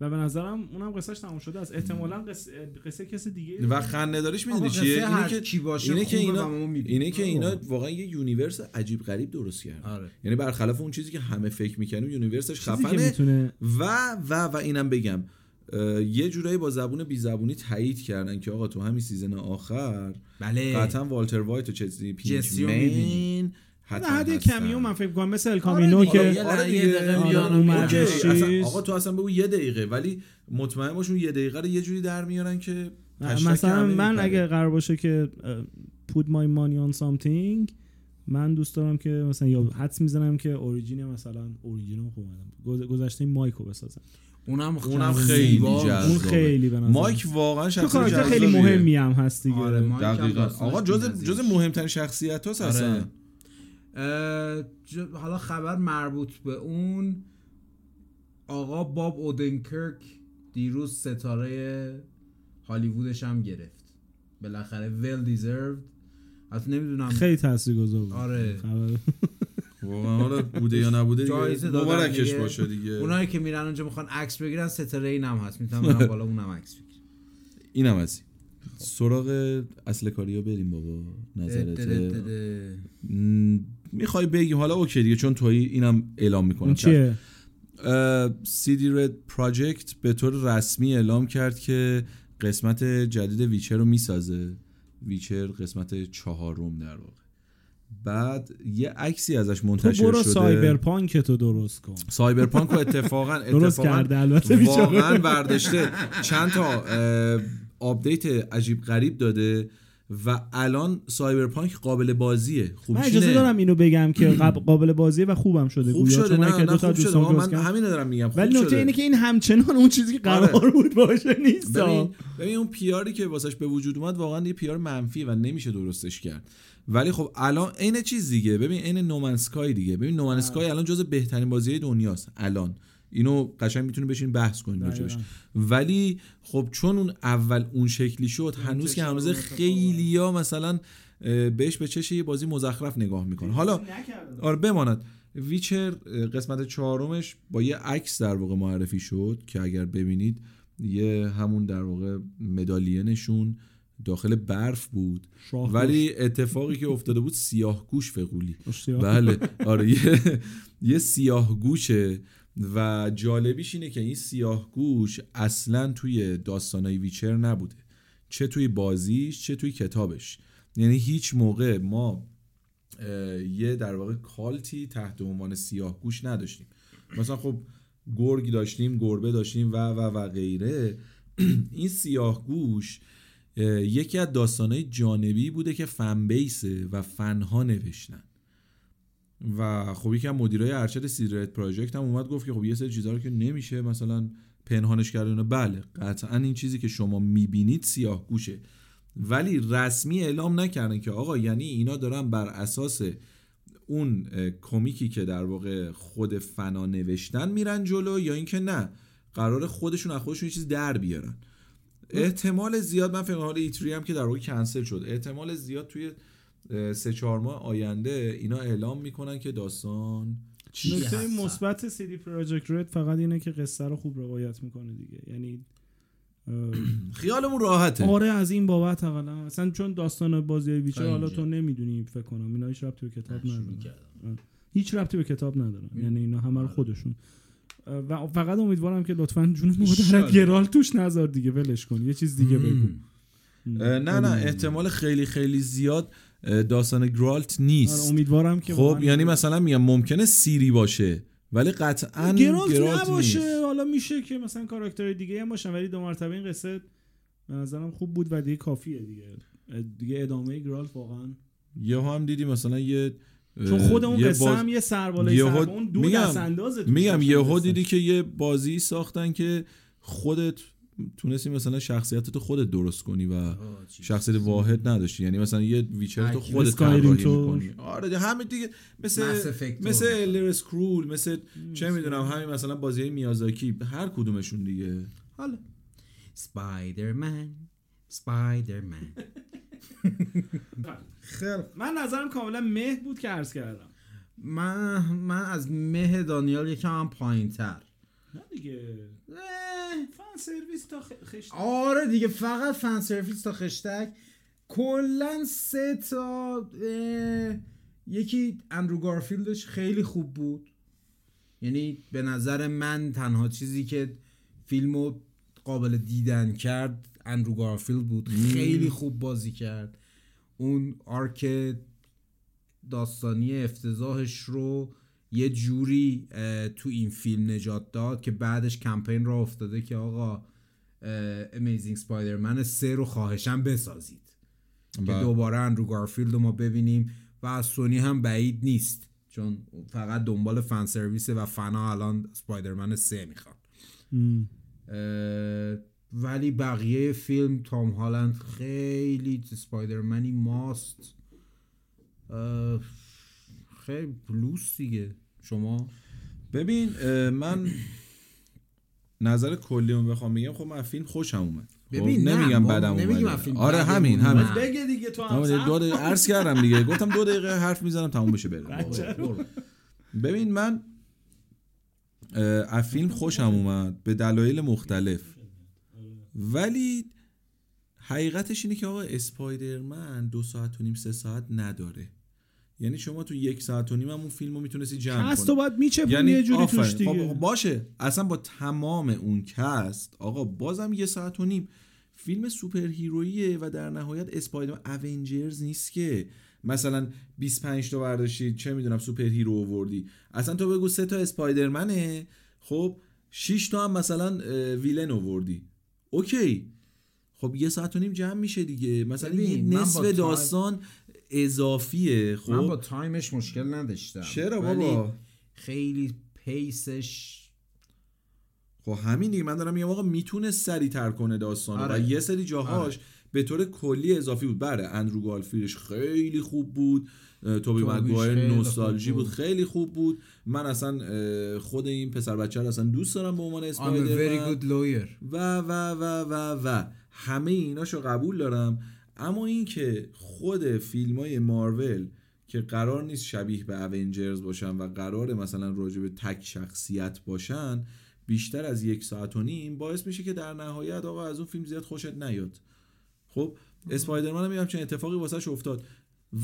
و به نظرم اونم قصهش تموم شده است احتمالا قصه, قصه کسی دیگه و خنده داریش میدونی آقا چیه قصه اینه هر که کی باشه خب، اینه که خوبه اینا- و ما می‌بینیم. اینه که اینا آقا. واقعا یه یونیورس عجیب غریب درست کردن آره یعنی برخلاف اون چیزی که همه فکر میکنیم یونیورسش چیزی که خفنه میتونه و و و اینم بگم اه، یه جورایی با زبون بیزبونی تایید کردن که آقا تو همین سیزن آخر بله قطعا والتر وایت و چزنی پینچ جسی رو می‌بینی. مین نه حتما حد یه هستن. کمیو من فکر کنم مثل آره الکامینو دیگه. آره، که یه آره لحظه دیگه. یه دقیقه آره، بیان و اومد اوکی. چیز. اصلا آقا تو اصلا بگو یه دقیقه ولی مطمئن باشون یه دقیقه رو یه جوری در میارن که تشتک مثلا همه من میپره. اگه قرار باشه که پود مای مانی آن سامتینگ من دوست دارم که مثلا یا حدس میزنم که اوریجین مثلا اوریجین خوب اومدم گذ- گذشته مایکو بسازم اونم اونم خیلی زیبا بود. جذاب. اون خیلی به نظر مایک واقعا تو شخصیت کاراکتر خیلی جذابیه. مهمی هم هست دیگه آره، مایک هم دقیقاً. داستانش آقا جز بی‌نظیرش. جز مهمترین شخصیت هاست آره. اصلا اه، ج- حالا خبر مربوط به اون آقا باب اودنکرک دیروز ستاره هالیوودش هم گرفت بالاخره ویل دیزرود حتی نمیدونم خیلی تاثیرگذار بود آره. خبر- واقعا حالا آره، بوده یا نبوده جایزه دیگه دادن مبارکش دیگه. باشه دیگه اونایی که میرن اونجا میخوان عکس بگیرن ستاره این هم هست میتونم برن بالا اونم عکس بگیرن اینم از این سراغ اصل کاریا بریم بابا ده- ده- نظرت ده- میخوای بگی حالا اوکی دیگه چون توی اینم اعلام اون میکنم چیه سیدی رد پراجکت به طور رسمی اعلام کرد که قسمت جدید ویچر رو میسازه ویچر قسمت چهارم در واقع بعد یه عکسی ازش تو منتشر خب برو شده سایبرپانک تو درست کن سایبرپانک رو اتفاقا درست اتفاقا کرده البته بیچاره واقعا برداشته چند تا اه، آپدیت عجیب غریب داده و الان سایبرپانک قابل بازیه خوب من اجازه دارم اینو بگم که قب- قابل بازیه و خوبم شده خوب گویا. شده چون من نه یکی از نه دو تا خوب شده دوستام آقا، درست من کردم. همین دارم میگم خوب ولی نکته شده. اینه که این همچنان اون چیزی که قرار آره. بود باشه نیست ببین ببین اون پیاری که واسش به وجود اومد واقعا یه پیار منفی و نمیشه درستش کرد ولی خب الان عین چیز دیگه ببین عین نومنسکای دیگه ببین نومنسکای الان جز بهترین بازی دنیاست الان اینو قشنگ میتونیم بشین بحث کنیم دقیقاً. راجبش ولی خب چون اون اول اون شکلی شد هنوز که هنوز خیلی ها مثلا اه، بهش به چش یه بازی مزخرف نگاه میکنه حالا آره بماند ویچر اه، قسمت چهارمش با یه عکس در واقع معرفی شد که اگر ببینید یه همون در واقع مدالینشون داخل برف بود شاه ولی اتفاقی که افتاده بود سیاه گوش فقولی اشتباه. بله آره یه, یه سیاه گوشه و جالبیش اینه که این سیاه گوش اصلا توی داستانای ویچر نبوده چه توی بازیش چه توی کتابش یعنی هیچ موقع ما اه، یه در واقع کالتی تحت عنوان سیاه گوش نداشتیم مثلا خب گرگ داشتیم گربه داشتیم و و و غیره این سیاه گوش یکی از داستانهای جانبی بوده که فن بیسه و فنها نوشتن و خب یکی از مدیرای ارشد سیدرت پراجکت هم اومد گفت که خب یه سری چیزا رو که نمیشه مثلا پنهانش کردن بله قطعا این چیزی که شما میبینید سیاه گوشه ولی رسمی اعلام نکردن که آقا یعنی اینا دارن بر اساس اون اه، کمیکی که در واقع خود فنا نوشتن میرن جلو یا اینکه نه قرار خودشون از خودشون یه چیز در بیارن احتمال زیاد من فکر کنم حالا ایتری هم که در واقع کنسل شد احتمال زیاد توی اه، سه چهار ماه آینده اینا اعلام میکنن که داستان چی نکته نکته هستن. مثبت سیدی پراجکت رد فقط اینه که قصه رو خوب روایت میکنه دیگه یعنی خیالمون راحته اه، آره از این بابت اقلا اصلا چون داستان بازی ویچر تا حالا اینجا. تو نمیدونی فکر کنم اینا هیچ ربطی به کتاب نقش ندارن می‌کردم. هیچ ربطی به کتاب ندارن م. یعنی اینا همه رو آره. خودشون اه، و فقط امیدوارم که لطفا جون انشالله. مادرت گرال توش نذار دیگه ولش کن یه چیز دیگه بگو اه، آره، نه نه احتمال خیلی خیلی زیاد اه، داستان گرالت نیست آره، امیدوارم که خب واقعاً- یعنی مثلا میگم ممکنه سیری باشه ولی قطعا گرالت, گرالت, نباشه نیست. حالا میشه که مثلا کاراکتر دیگه هم باشن ولی دو مرتبه این قصه به نظرم خوب بود و دیگه کافیه دیگه دیگه ادامه گرالت واقعا یه هم دیدی مثلا یه اه، چون خود اون یه قصه باز- هم یه سربالای یهو- سربا اون دو میگم- دست اندازه توش میگم داشتن یهو قصه. دیدی که یه بازی ساختن که خودت تونستی مثلا شخصیت تو خودت درست کنی و آه، چی. شخصیت واحد نداشتی یعنی مثلا یه ویچر تو عجیب. خودت اسکایریم طراحی تو. می‌کنی. آره دیگه همه دیگه Mass مثل Effect و- مثل الدر اسکرول مثل چه میدونم همین مثلا بازی میازاکی هر کدومشون دیگه حالا سپایدرمن سپایدرمن خیلی خوب. من نظرم کاملا مه بود که عرض کردم من من از مه دانیال یکم هم پایین تر نه دیگه Eh, فن سرویس تا خ- خشت آره دیگه فقط فن سرویس تا خشتک کلا سه تا اه، یکی اندرو گارفیلدش خیلی خوب بود یعنی به نظر من تنها چیزی که فیلمو قابل دیدن کرد اندرو گارفیلد بود خیلی خوب بازی کرد اون آرک داستانی افتضاحش رو یه جوری اه، تو این فیلم نجات داد که بعدش کمپین را افتاده که آقا امیزینگ سپایدرمن سه رو خواهشم بسازید که بله. دوباره اندرو گارفیلد رو ما ببینیم و از سونی هم بعید نیست چون فقط دنبال فن سرویسه و فنا الان سپایدرمن سه میخوان اه، ولی بقیه فیلم تام هالند خیلی سپایدرمنی ماست اه، خیلی بلوس دیگه شما ببین اه، من نظر کلی رو بخوام بگم خب من از فیلم خوشم اومد خب، ببین، نه، نمیگم ما بدم نمیگیم اومده. از فیلم آره بدمون همین اومد. همین بگه دیگه تو هم تمام دیگه. سم. دو دقیقه عرض کردم دیگه گفتم دو دقیقه حرف میزنم تموم بشه بریم برو. ببین من اه، از فیلم خوشم اومد به دلایل مختلف ولی حقیقتش اینه که آقا اسپایدرمن دو ساعت و نیم سه ساعت نداره یعنی شما تو یک ساعت و نیم هم اون فیلم رو میتونستی جمع هست کنی تو باید میچپونی یعنی یه جوری آفرین. توش دیگه خب باشه اصلا با تمام اون کست آقا بازم یه ساعت و نیم فیلم سوپر هیروییه و در نهایت اسپایدرمن اونجرز نیست که مثلا 25 تا برداشتی چه میدونم سوپر هیرو آوردی اصلا تو بگو سه تا اسپایدرمنه خب 6 تا هم مثلا اه، ویلن آوردی اوکی خب یه ساعت و نیم جمع میشه دیگه مثلا یه ببین، من با نصف تایم- داستان اضافیه خب من با تایمش مشکل نداشتم چرا ولی بابا؟ خیلی پیسش خب همین دیگه من دارم میگم آقا میتونه سریعتر کنه داستان آره. و یه سری جاهاش به طور کلی اضافی بود بله اندرو گالفیرش خیلی خوب بود اه، توبی توبیش خیلی مگوایر خوب نوستالژی بود. بود. خیلی خوب بود من اصلا اه، خود این پسر بچه رو اصلا دوست دارم به عنوان I'm a very اسپایدرمن good lawyer و و و و و همه ایناشو قبول دارم اما اینکه خود فیلم های مارول که قرار نیست شبیه به اونجرز باشن و قرار مثلا راجع به تک شخصیت باشن بیشتر از یک ساعت و نیم باعث میشه که در نهایت آقا از اون فیلم زیاد خوشت نیاد خب اسپایدرمن هم یه همچین اتفاقی واسش افتاد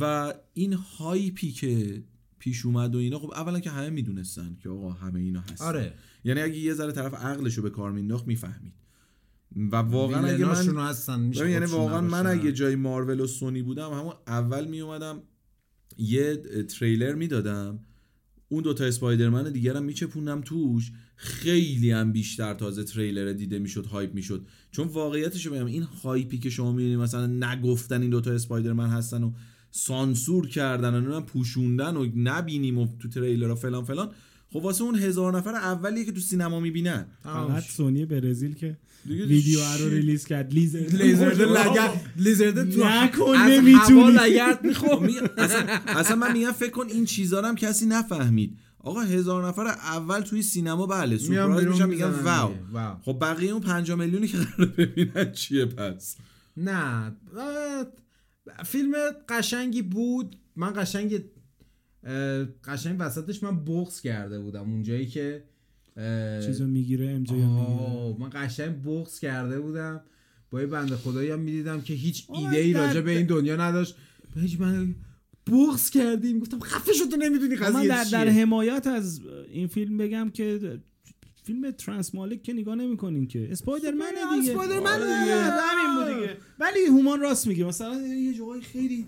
و این هایپی که پیش اومد و اینا خب اولا که همه میدونستن که آقا همه اینا هستن آره یعنی اگه یه ذره طرف عقلش رو به کار مینداخت میفهمید و واقعا اگه ویلناشون من هستن میشه ببین، یعنی خودشون واقعا من نباشن. اگه جای مارول و سونی بودم همون اول میومدم یه تریلر میدادم اون دوتا اسپایدرمن دیگرم میچپوندم توش خیلی هم بیشتر تازه تریلر دیده میشد هایپ میشد چون واقعیتش رو بگم این هایپی که شما میبینید مثلا نگفتن این دوتا اسپایدرمن هستن و سانسور کردن و نمیدونم پوشوندن و نبینیم و تو تریلر و فلان فلان خب واسه اون هزار نفر اولیه که تو سینما میبینن فقط سونی برزیل که دیگه ویدیو چی؟ رو ریلیز کرد لیزر لیزرده لگد لیزرده تو نکن، از هوا نمی‌تونی. لگد میخورد میگم خب، اصلا, اصلا من میگم فکر کن این چیزا رو هم کسی نفهمید آقا هزار نفر اول توی سینما بله سورپرایز میشن میگن واو خب بقیه اون 5 میلیونی که قرار ببینن چیه پس نه اه، فیلم قشنگی بود من قشنگ اه، قشنگ وسطش من بغز کرده بودم اونجایی که اه، چیزو میگیره ام جی میگیره آه، من قشنگ بغز کرده بودم با یه بنده خدایی هم میدیدم که هیچ آه، ایده ای در- راجع به این دنیا نداشت هیچ من بغز کردیم گفتم خفه شد تو نمیدونی من قضیه در, در چیه. حمایت از این فیلم بگم که فیلم ترانس مالک که نگاه نمیکنین که اسپایدرمنه دیگه اسپایدرمنه آره دیگه. دیگه همین بود دیگه ولی هومان راست میگه مثلا یه جاهای خیلی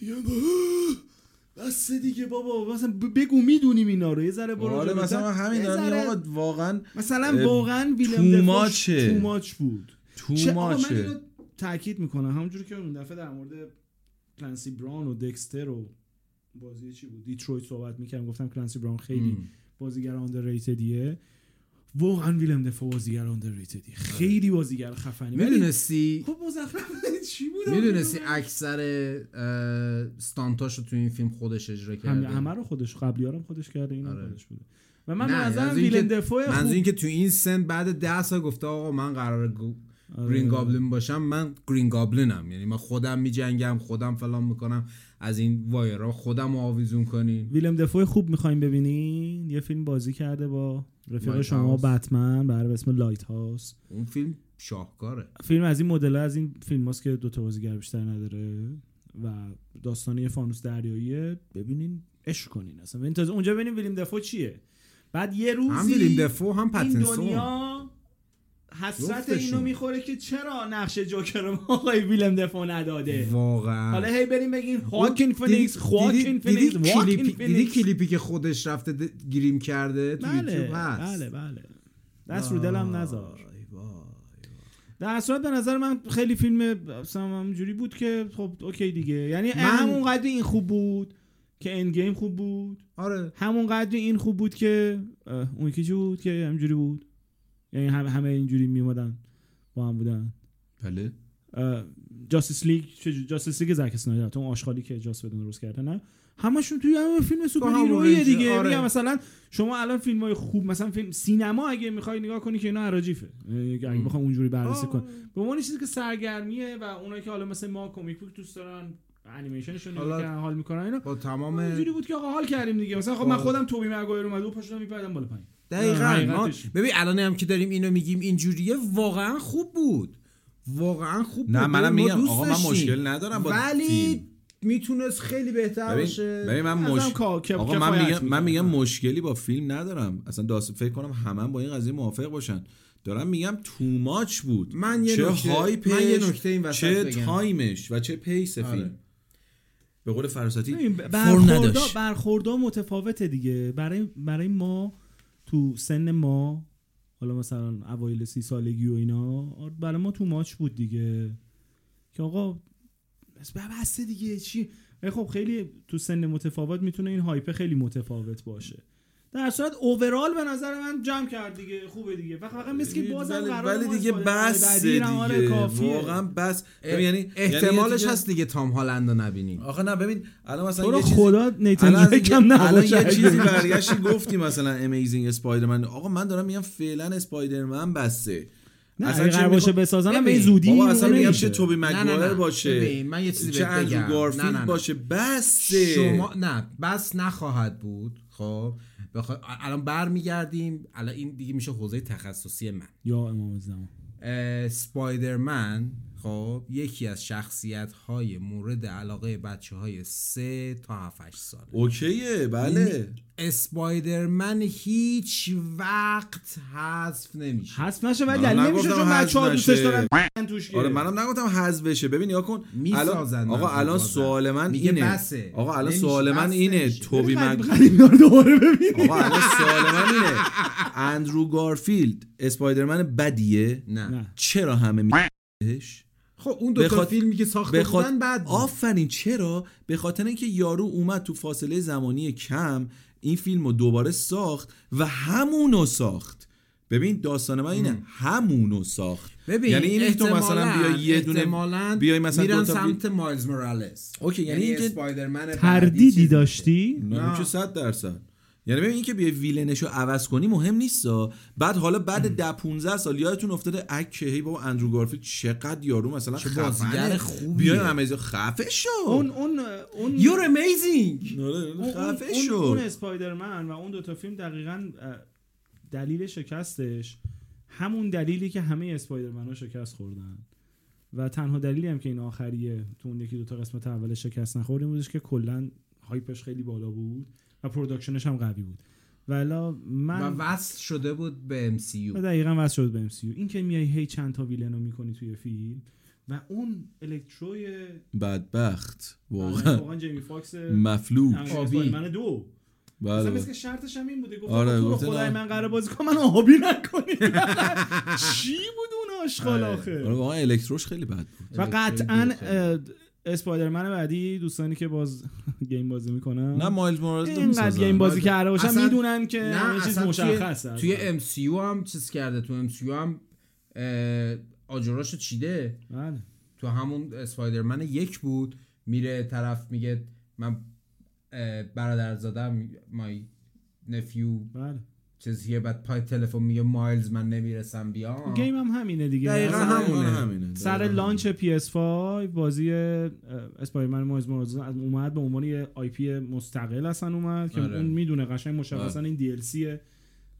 میگم، آه، بس دیگه بابا مثلا ب- بگو میدونیم اینا رو یه ذره برو آره جلوتر. مثلا همین یه دارم ذره- میگم آقا واقعا اه، مثلا واقعا too ویلم much. دفاش تو ماچ بود تو چه آقا من ماچه اینو تاکید میکنم همونجور که اون دفعه در مورد کلنسی براون و دکستر و بازی چی بود دیترویت صحبت میکردم گفتم کلنسی براون خیلی مم. بازیگر آندرریتدیه واقعا ویلم دفو بازیگر آندرریتدیه خیلی بازیگر خفنی ولی آره. میدونستی خب مزخرف چی بود میدونستی اکثر اه، استانتاشو تو این فیلم خودش اجرا هم- کرده همه رو خودش قبلی هم خودش کرده اینم آره. خودش بوده و من نه، به نظرم از این ویلم که- دفو منظور این که تو این سن بعد ده سال گفته آقا من قرار آره. گرین گابلین باشم من گرین گابلینم یعنی من خودم میجنگم خودم فلان میکنم از این وایرا خودم رو آویزون کنین ویلم دفو خوب میخوایم ببینین یه فیلم بازی کرده با رفیق لایت شما هاوس. بتمن بر اسم لایت هاوس اون فیلم شاهکاره فیلم از این مدل از این فیلم هاست که دوتا بازیگر بیشتر نداره و داستانی فانوس دریاییه ببینین عشق کنین اصلا ببین تازه اونجا ببینیم ویلم دفو چیه بعد یه روزی هم ویلیم دفو هم این پتینسون دنیا حسرت جفتشون. اینو میخوره که چرا نقش جوکر رو ما آقای ویلم دفو نداده حالا واقعا هی بریم بگین هاکین فینیکس دیدی- خواکین دیدی فینیکس واکین کلیپی- دیدی فینیکس کلیپی که خودش رفته د- گریم کرده تو بله یوتیوب هست بله بله دست رو دلم نذار وای، وای. در صورت به نظر من خیلی فیلم اصلا همونجوری بود که خب اوکی دیگه یعنی من- همون قدر این خوب بود که اند گیم خوب بود آره همون قدر این خوب بود که اه، اون یکی چی بود که همجوری بود یعنی هم- همه اینجوری میومدن با هم بودن بله جاستس لیگ چجور جاستس لیگ زک اسنایدر تو اون آشغالی که جاس بدون درست کرده نه همشون توی همون فیلم سوپر همون هیرویی رنجه، دیگه آره. میگم مثلا شما الان فیلم های خوب مثلا فیلم سینما اگه میخوای نگاه کنی که اینا حراجیفه یعنی اگه بخوام اونجوری بررسی کن به عنوان چیزی که سرگرمیه و اونایی که حالا مثل ما کمیک بوک دوست دارن انیمیشنشون حالا- حالا... حال میکنن اینا با تمام اونجوری بود که آقا حال کردیم دیگه مثلا خب من خودم توبی مگایر اومد و پاشدم میپردم بالا پایین دقیقا نه، ما حقیقتش. ببین الان هم که داریم اینو میگیم اینجوریه واقعا خوب بود واقعا خوب نه، بود منم ما میگم، دوست آقا، من داشتیم. مشکل ندارم با ولی فیلم. میتونست خیلی بهتر ببین باشه ببین من ازم مش... کا- کف- آقا من کفایت میگم می‌کنم. من میگم مشکلی با فیلم ندارم اصلا داست فکر کنم همه با این قضیه موافق باشن دارم میگم تو ماچ بود من یه چه نکته- هایپش من یه نکته این وسط چه بگم. تایمش و چه پیس آره. فیلم به قول فراستی ببین، فرم برخوردا نداشت برخوردا متفاوته دیگه برای برای ما تو سن ما حالا مثلا اوایل سی سالگی و اینا آره، برای ما تو ماچ بود دیگه که آقا بس بسته دیگه چی ولی خب خیلی تو سن متفاوت میتونه این هایپه خیلی متفاوت باشه در صورت اوورال به نظر من جمع کرد دیگه خوبه دیگه فقط فقط مثل که بازم ولی- قرار ولی ما دیگه از بس بعدی دیگه هم آره کافیه. واقعا بس ببین، یعنی احتمالش یعنی هست دیگه تام هالند رو نبینیم آقا نه ببین الان مثلا تو یه رو چیزی- خدا نیتن الان دریک هم یه- الان نباشه. یه چیزی برگشتی گفتی مثلا امیزینگ اسپایدرمن آقا من دارم میگم فعلا اسپایدرمن بسته نه اصلا اصلا چه قرار می‌خوا- باشه بسازنم به ببین، زودی بابا اصلا میگم نمیشه. چه توبی مگوایر باشه ببین، من یه چیزی چه بهت اندرو بگم. نه، گارفیلد نه، نه. باشه بسته شما نه بس نخواهد بود خب بخوا... الان برمیگردیم الان این دیگه میشه حوزه تخصصی من یا امام زمان اه، سپایدرمن خب یکی از شخصیت های مورد علاقه بچه های سه تا 7 8 سال اوکیه بله اسپایدرمن هیچ وقت حذف نمیشه حذف نشه ولی من دلیل نمیشه نگفتم چون حذف بچه‌ها دوستش نشه. دارن توش آره گیره. منم نگفتم حذف بشه ببین نگاه کن می‌سازن الان آقا منظور الان بازم. سوال من میگه اینه بسه. آقا الان نمیشه، سوال من بس اینه نمیشه. توبی مگ خیلی اینا رو دوباره ببین آقا الان سوال من اینه اندرو گارفیلد اسپایدرمن بدیه نه نه. چرا همه میش خب اون دو تا بخواد- فیلمی که ساخته بخواد- بودن بعد بود. آفرین چرا به خاطر اینکه یارو اومد تو فاصله زمانی کم این فیلم رو دوباره ساخت و همونو ساخت ببین داستان من اینه همونو ساخت ببین یعنی اینه که تو احتمالاً- مثلا بیای یه دونه- احتمالاً بیای مثلا میرن دو تا سمت مایلز مورالز اوکی، یعنی اینکه اسپایدرمن بعدی تردیدی چیزی داشتی نه نه. که صد درصد یعنی ببین اینکه بیای ویلنشو عوض کنی مهم نیست آ. بعد حالا بعد ده 15 سال یادتون افتاده اکه هی بابا اندرو گارفیلد چقدر یارو مثلا چه خفنه. بازیگر خوبیه. بیای امیزی خفه شو اون اون اون You're amazing آره، اون- اون- خفه اون, شو اون اسپایدرمن و اون دوتا فیلم دقیقا اه، دلیل شکستش همون دلیلی که همه اسپایدرمن ها شکست خوردن و تنها دلیلی هم که این آخریه تو اون یکی دوتا قسمت اول شکست نخورد این بودش که کلا هایپش خیلی بالا بود و پروداکشنش هم قوی بود ولا من و وصل شده بود به و MCU دقیقا وصل شد به MCU این که میای هی چند تا ویلن رو میکنی توی فیلم و اون الکتروی بدبخت واقعا واقعا جیمی فاکس مفلوک آبی. آره. من دو بله مثلا آره. بله. مثل که شرطش هم این بوده گفت آره، آره تو رو گفته خدای نه. من قرار بازی کن من آبی نکنی چی بود اون آشغال آره. آخه آره واقعا الکتروش خیلی بد بود و قطعا الکتریکی خیلی. اه، اسپایدرمن بعدی دوستانی که باز گیم بازی میکنن نه مایلز مورالز رو اینقدر می‌سازن. گیم بازی آره. کرده باشن اصلا- میدونن که همه نه چیز اصلا مشخصه توی, اصلا. توی MCU هم چیز کرده تو MCU هم اه، آجراشو چیده بله. تو همون اسپایدرمن یک بود میره طرف میگه من اه، برادر زادم مای نفیو بله چیزیه بعد پای تلفن میگه مایلز من نمیرسم بیام گیم هم همینه دیگه دقیقاً اصلا همون. همونه. همینه سر دقیقاً لانچ PS5 بازی اه، اسپایدرمن مایز مورالز اومد به عنوان یه آی پی مستقل اصلا اومد که آره. اون میدونه قشنگ آره. مشخصا این دی ال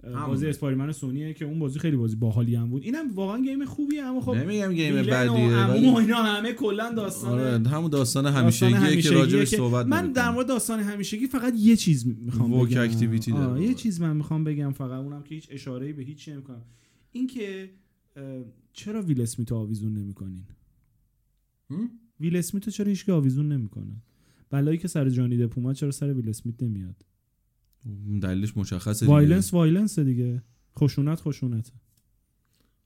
بازی همونه. اسپایدرمن سونیه که اون بازی خیلی بازی باحالی هم بود اینم واقعا گیم خوبیه اما خب همونه. نمیگم گیم ویلن و بدیه عمو و ولی- اینا همه کلا داستان آره همون داستان داستان همیشگیه که همیشگیه راجبش که- صحبت من در مورد داستان همیشگی فقط یه چیز میخوام Woke بگم activity آه، در واقع. یه چیز من میخوام بگم فقط اونم که هیچ اشاره به هیچ نمیکنم این که اه، چرا ویل اسمیتو آویزون نمیکنین هم؟ ویل اسمیتو چرا هیچ آویزون نمیکنه بلایی که سر جانی دپ اومد چرا سر ویل اسمیت نمیاد دلیلش مشخصه دیگه. وایلنس وایلنس دیگه خشونت خشونت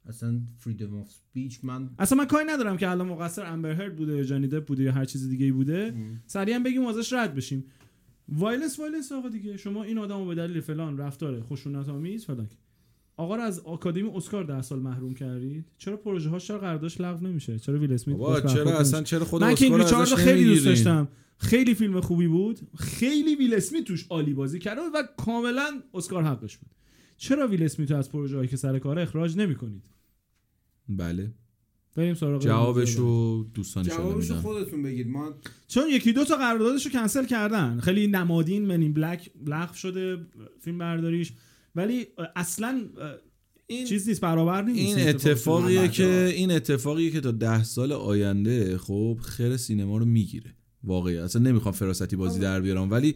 اصلا فریدم آف سپیچ من اصلا من کاری ندارم که الان مقصر امبر هرد بوده یا جانی دپ بوده یا هر چیز دیگه بوده سریعا بگیم ازش رد بشیم وایلنس وایلنس آقا دیگه شما این آدمو به دلیل فلان رفتار خشونت آمیز فلان آقا رو از آکادمی اسکار ده سال محروم کردید چرا پروژه هاش چرا قراردادش لغو نمیشه چرا ویل اسمیت بابا پشت چرا برخورد اصلا چرا خود من کینگ اسکار ریچارد ازش رو خیلی دوست نمی‌گیرین؟ داشتم خیلی فیلم خوبی بود خیلی ویل اسمیت توش عالی بازی کرده بود و کاملا اسکار حقش بود چرا ویل اسمیت رو از پروژه که سر کار اخراج نمیکنید بله بریم سراغ جوابشو دوستان شده جوابشو میدم خودتون بگید ما چون یکی دو تا قراردادش رو کنسل کردن خیلی نمادین منین بلک لغو شده فیلم برداریش ولی اصلا این چیز نیست برابر نیست این که اتفاقیه شده. که این اتفاقیه که تا ده سال آینده خب خیر سینما رو میگیره واقعی اصلا نمیخوام فراستی آره. بازی در بیارم ولی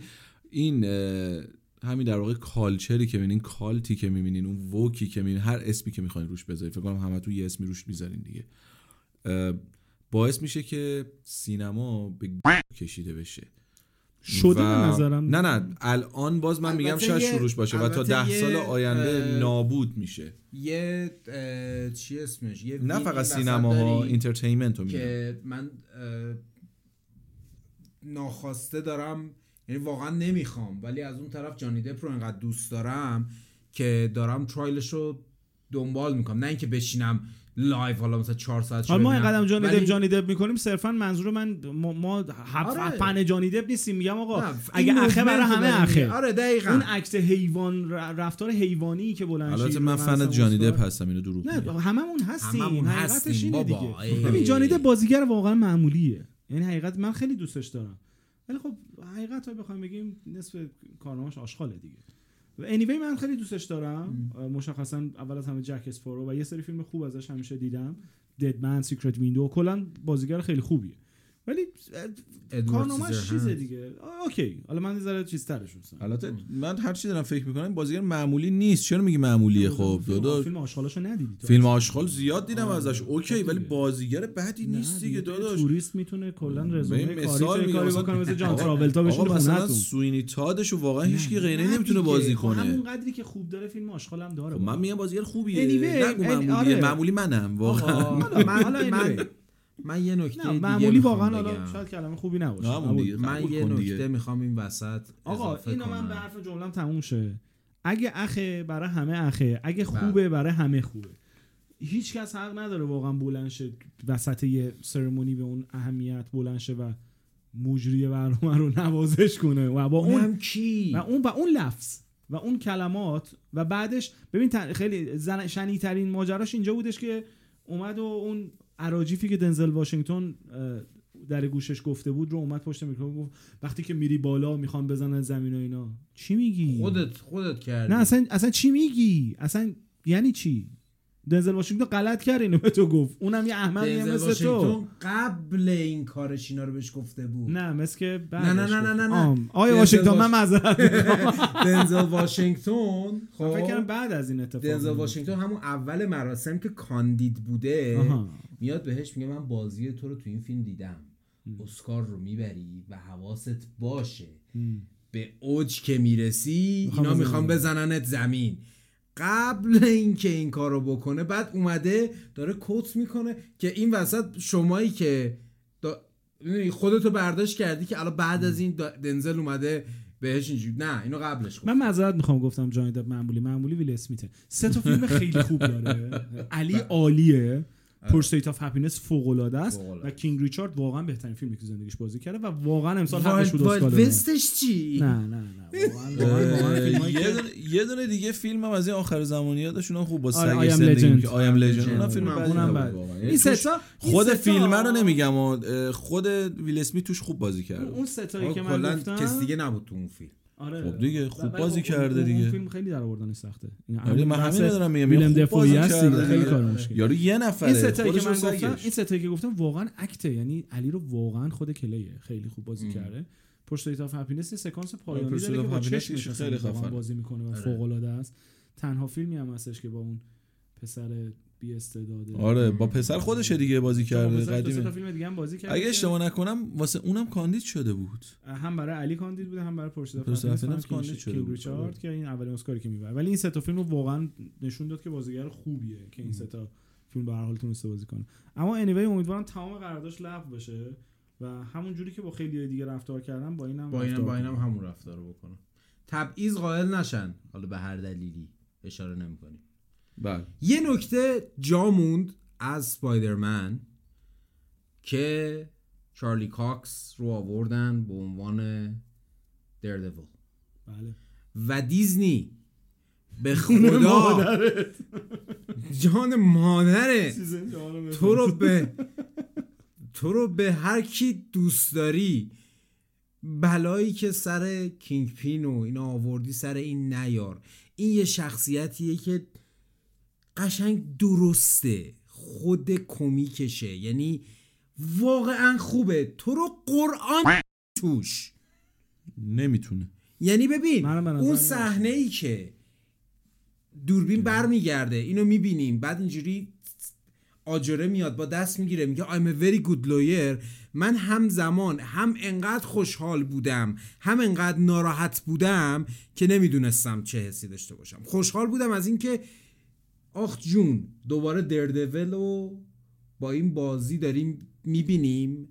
این اه، همین در واقع کالچری که میبینین کالتی که میبینین اون ووکی که میبینین هر اسمی که میخواین روش بذارین فکر کنم همتون یه اسمی روش میذارین دیگه اه، باعث میشه که سینما به کشیده بشه شده و- به نظرم نه نه الان باز من میگم البته شاید یه- شروعش باشه و تا البته ده یه، سال آینده اه، نابود میشه یه اه، چی اسمش یه نه ویدی فقط وسط سینما ها داریم اینترتینمنت رو میگم که من اه، ناخواسته دارم یعنی واقعا نمیخوام ولی از اون طرف جانی دپ رو انقدر دوست دارم که دارم ترایلش رو دنبال میکنم نه اینکه بشینم لایو حالا مثلا 4 ساعت حالا آره، ما اینقدر جانی ولی- دب جانی دب میکنیم صرفا منظور من ما, ما هف- آره. فن جانی دب نیستیم میگم آقا نه، اگه این اخه برای موومنت رو همه داریم. اخه آره دقیقا اون عکس حیوان ر- رفتار حیوانی که بلند شی البته رو من فن مثلا جانی استاد- دپ هستم اینو دروغ نگم. نه هممون هستیم هممون حقیقتش هستیم، اینه بابا. دیگه ای. ببین جانی دپ بازیگر واقعا معمولیه یعنی حقیقت من خیلی دوستش دارم ولی خب حقیقت رو بخوایم بگیم نصف کارنامه‌اش آشغاله دیگه و anyway من خیلی دوستش دارم مشخصا اول از همه جک اسپارو و یه سری فیلم خوب ازش همیشه دیدم ددمن سیکرت ویندو کلا بازیگر خیلی خوبیه ولی ادوارد کارنامه‌اش چیزه سیزرهند. دیگه آه، اوکی حالا من یه ذره چیز ترش دوستم. البته من هر چی دارم فکر میکنم بازیگر معمولی نیست چرا میگی معمولیه خب فیلم- دادا فیلم آشغالاشو ندیدی تو فیلم آشغال زیاد دیدم آره. ازش اوکی ولی دیگه. بازیگر بدی نه، نیست دیگه داداش توریست میتونه کلا به این رزومه کاری مثال تو میگم کاری مثلا- بکنه مثل جان آقا- تراولتا بشونه آقا مثلا خونتون سوینی تادش رو واقعا هیچ کی غیره نه نمیتونه دیگه. بازی خب همون کنه قدری که خوب داره فیلم آشغال هم داره خب من میگم بازیگر خوبیه Anyway، نگو any- معمولیه آره. معمولی منم واقعا آه، من حالا من anyway. من یه نکته نه دیگه معمولی میخوام واقعا بگم. حالا شاید کلمه خوبی نباشه نه، همون قبول. دیگه. من قبول یه کن نکته دیگه. میخوام این وسط آقا اضافه اینو کنم. من به حرف جملم تموم شه اگه اخه برای همه اخه اگه بله. خوبه برای همه خوبه هیچ کس حق نداره واقعا بلند شه وسط یه سرمونی به اون اهمیت بلند شه و مجری برنامه رو نوازش کنه و با اون اونم کی و اون و اون لفظ و اون کلمات و بعدش ببین تن- خیلی زن شنی ترین ماجراش اینجا بودش که اومد و اون عراجیفی که دنزل واشنگتن اه، در گوشش گفته بود رو اومد پشت میکروفون گفت وقتی که میری بالا میخوان بزنن زمین و اینا چی میگی خودت خودت کردی نه اصلا اصلا چی میگی اصلا یعنی چی دنزل واشنگتن غلط کرد اینو به تو گفت اونم یه احمقیه دنزل مثل تو واشنگتن قبل این کارش اینا رو بهش گفته بود نه مثل که نه، نه، نه، نه، نه. آیا دنزل واشنگتن من واش- معذرت می‌خوام. دنزل واشنگتن من فکر کردم خب بعد از این اتفاق دنزل میفته. واشنگتن همون اول مراسم که کاندید بوده آها. میاد بهش میگه من بازی تو رو تو این فیلم دیدم اسکار رو میبری و حواست باشه به اوج که میرسی میخوام اینا بزنن. میخوان بزننت زمین قبل اینکه این کارو بکنه بعد اومده داره کت میکنه که این وسط شمایی که دا... می‌دونی، خودتو برداشت کردی که الان بعد از این دا- دنزل اومده بهش اینجوری نه اینو قبلش گفت من معذرت میخوام گفتم جانی دپ معمولی معمولی ویل اسمیته سه تا فیلم خیلی خوب داره علی بله. عالیه آره. پرسیت آف هپینس فوق العاده است فوق‌العاده و کینگ ریچارد واقعا بهترین فیلمی که زندگیش بازی کرده و واقعا امسال حقش وایلد بود اسکار وایلد ببره. وستش چی نه نه نه واقعاً- واقعاً- واقعاً اه، فیلمایی یه که- دونه- یه دونه دیگه فیلم هم از این آخر زمانی یادشون هم خوب با آره، سگ I am زندگی legend. بله، که آیم لژند اونم فیلم اونم- بدی اونم نبود بد. واقعا. یعنی این سه توش- تا این خود سه تا- فیلم رو نمیگم و اه، خود ویل اسمیت توش خوب بازی کرده اون ستایی آه، که من کلا گفتم کس خب، دیگه نبود تو اون فیلم آره خب دیگه، خوب ولی خب بازی اون- کرده اون دیگه. فیلم خیلی در آوردن سخته آره، من همین رو دارم میگم. ویلم خوب دفوعی بازی هست کرده دیگه، خیلی دیگه. کار مشکله یارو یه نفره این ستایی بله، خودش که من هم گفتم سگش. این ستایی که گفتم واقعا اکته یعنی علی رو واقعا خود کلیه خیلی خوب بازی کرده پرسیت آف هپینس یه سکانس پایانی Pursuit داره of که با Happiness چشمش خیلی خیلی خفنه. آره. خفن بازی میکنه و فوق العاده است تنها فیلمی هم هستش که با اون پسر بی استعداده آره با پسر خودشه دیگه بازی کرده تا قدیمه فیلم دیگه هم بازی کرده اگه که اشتباه نکنم واسه اونم کاندید شده بود هم برای علی کاندید بوده هم برای پرسیت Pursuit of آف هپینس Happiness هم که کاندید میشه شده کینگ بود. ریچارد که این اولین اسکاری که میبره ولی این سه تا فیلم رو واقعا نشون داد که بازیگر خوبیه که این سه تا فیلم به هر حال تونسته بازی کنه اما انیوی امیدوارم تمام قراردادش لغو بشه و همون جوری که با خیلی دیگه رفتار کردن با اینم با اینم رفتار با اینم کنن. همون رفتار رو بکنم تبعیض قائل نشن حالا به هر دلیلی اشاره نمیکنیم بله یه نکته جا موند از سپایدرمن که چارلی کاکس رو آوردن به عنوان دردویل بله و دیزنی به خدا جان مادره تو رو به تو رو به هر کی دوست داری بلایی که سر کینگ پین و اینا آوردی سر این نیار این یه شخصیتیه که قشنگ درسته خود کمیکشه یعنی واقعا خوبه تو رو قرآن توش نمیتونه یعنی ببین منم به نظر اون میاد. صحنه ای که دوربین برمیگرده اینو میبینیم بعد اینجوری آجره میاد با دست میگیره میگه I'm a very good lawyer من همزمان هم انقدر خوشحال بودم هم انقدر ناراحت بودم که نمیدونستم چه حسی داشته باشم خوشحال بودم از اینکه آخ جون دوباره دردول رو با این بازی داریم میبینیم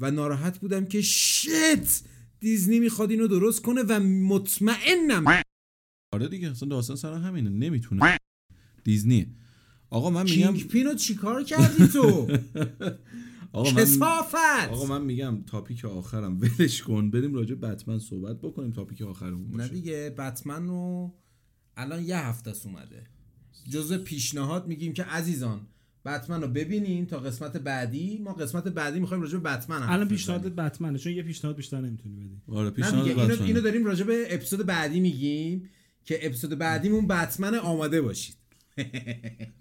و ناراحت بودم که شت دیزنی میخواد اینو درست کنه و مطمئنم آره دیگه اصلا داستان سر همینه نمیتونه دیزنی آقا من میگم کینگ پینو چیکار کردی تو آقا من آقا کسافت من میگم تاپیک آخرم ولش کن بریم راجع به بتمن صحبت بکنیم تاپیک آخرمون نه باشه دیگه بتمن رو الان یه هفته است اومده جزء پیشنهاد میگیم که عزیزان بتمن رو ببینین تا قسمت بعدی ما قسمت بعدی میخوایم راجع به بتمن حرف الان بزنیم. پیشنهادت بتمنه چون یه پیشنهاد بیشتر نمیتونی بدی آره نه پیشنهاد دیگه، اینو, بتمنه. اینو داریم راجع به اپیزود بعدی میگیم که اپیزود بعدیمون بتمن آماده باشید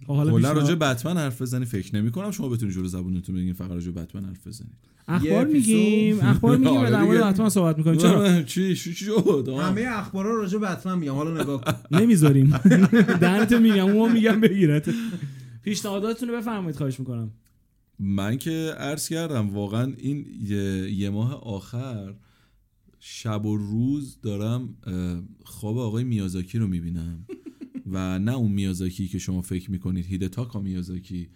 خب حالا کلا پیشنهاد- راجع به بتمن حرف بزنی فکر نمی کنم شما بتونید جلو زبونتون بگین فقط راجع به بتمن حرف بزنید یه اخبار اپیزود. میگیم اخبار میگیم و آره در مورد دیگه. حتما صحبت میکنیم چرا نه، چی چی چی شد آه. همه اخبارا راجع به بتمن میگم حالا نگاه کن نمیذاریم دهنتو میگم اون میگم بگیرت پیشنهاداتتون رو بفرمایید خواهش میکنم من که عرض کردم واقعا این یه, یه ماه آخر شب و روز دارم اه، خواب آقای میازاکی رو میبینم و نه اون میازاکی که شما فکر میکنید هیدتاکا میازاکی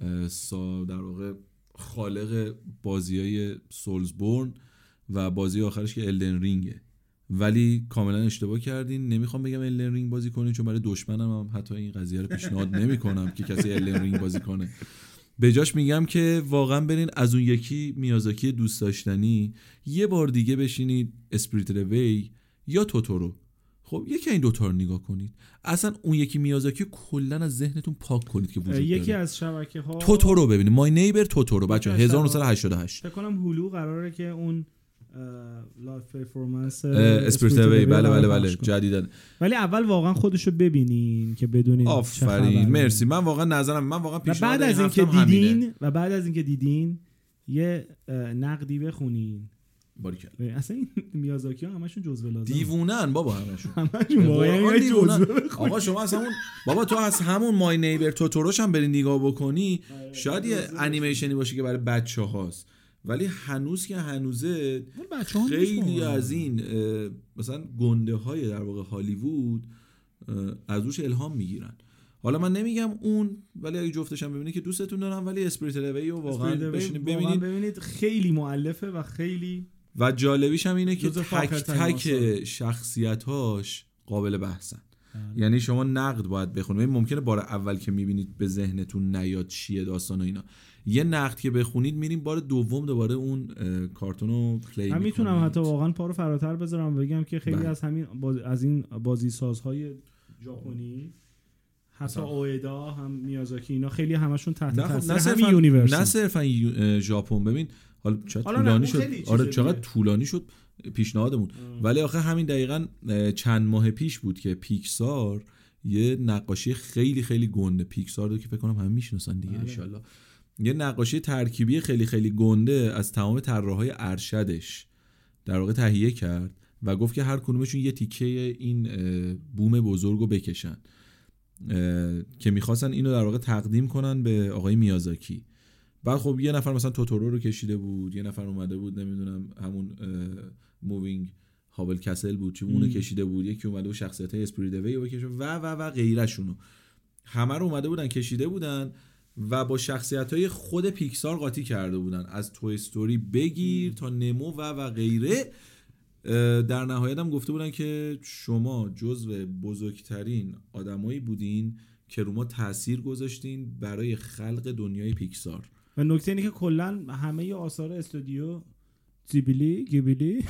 اه، سا در واقع خالق بازی های سولزبورن و بازی آخرش که الدن رینگه ولی کاملا اشتباه کردین نمیخوام بگم الدن رینگ بازی کنین چون برای دشمنم هم حتی این قضیه رو پیشنهاد نمیکنم که کسی الدن رینگ بازی کنه به جاش میگم که واقعا برین از اون یکی میازاکی دوست داشتنی یه بار دیگه بشینید اسپریت روی یا توتورو خب یکی این دوتا رو نگاه کنید اصلا اون یکی میازاکی رو کلا از ذهنتون پاک کنید که وجود یکی داره از شبکه ها توتورو ببینید مای نیبر توتورو بچه یکی از 1988 فکر کنم هلو قراره که اون اه، لایف پرفورمنس اه، اسپریت روی بله بله بله جد... جدیدن ولی اول واقعا خودشو ببینین که بدونین چه خبره. آفرین مرسی من واقعا نظرم من واقعا و پیشنهاد بعد از این اینکه هفتم همینه. دیدین و بعد از اینکه دیدین یه اه، نقدی بخونین باریکلا. اصلا این میازاکی ها همشون جزوه لازم دیوونن بابا همشون همشون واقعا قرآن یه دیوونن. جزوه آقا شما از همون بابا تو از همون مای نیبر توتوروش هم بری نگاه بکنی شاید یه انیمیشنی باشه که برای بچه هاست ولی هنوز که هنوزه اون بچه‌ها نیست خیلی واقعاً. از این اه، مثلا گنده های در واقع هالیوود اه، از روش الهام میگیرن حالا من نمیگم اون ولی اگه جفتشم ببینید که دوستتون دارم ولی اسپریت روی رو واقعا اسپریت وی بشینید واقعاً ببینید ببینید خیلی معلفه و خیلی و جالبیش هم اینه که جزو تک فاخرترین تک شخصیتاش قابل بحثن بله. یعنی شما نقد باید بخونید ببین، ممکنه بار اول که میبینید به ذهنتون نیاد چیه داستان و اینا یه نقد که بخونید میریم بار دوم دوباره اون اه، کارتون رو پلی من میتونم می‌کنید. حتی واقعا پا رو فراتر بذارم و بگم که خیلی بله. از همین باز... از این بازی سازهای ژاپنی حتی مثلا. اویدا هم میازاکی اینا خیلی همشون تحت بله. نه خب تاثیر نه همین صرفاً- نه یونیورس صرفا یو- اه، ژاپن ببین حالا چقدر حالا نه، طولانی اون شد خیلی چیز آره دیگه. چقدر طولانی شد پیشنهادمون ولی آخه همین دقیقا اه، چند ماه پیش بود که پیکسار یه نقاشی خیلی خیلی گنده پیکسار رو که فکر کنم همه میشناسن دیگه بله. انشالله یه نقاشی ترکیبی خیلی خیلی گنده از تمام طراحهای ارشدش در واقع تهیه کرد و گفت که هر کدومشون یه تیکه این اه، بوم بزرگ رو بکشن اه، که میخواستن اینو در واقع تقدیم کنن به آقای میازاکی بعد خب یه نفر مثلا توتورو رو کشیده بود یه نفر اومده بود نمیدونم همون مووینگ هابل کسل بود چه اونو مم. کشیده بود یکی اومده بود شخصیت های اسپریدوی رو بکشه و و و غیرشونو همه رو اومده بودن کشیده بودن و با شخصیت های خود پیکسار قاطی کرده بودن از توی استوری بگیر تا نمو و و غیره اه، در نهایت هم گفته بودن که شما جزو بزرگترین آدمایی بودین که رو ما تاثیر گذاشتین برای خلق دنیای پیکسار و نکته اینه که کلا همه آثار استودیو زیبیلی گیبیلی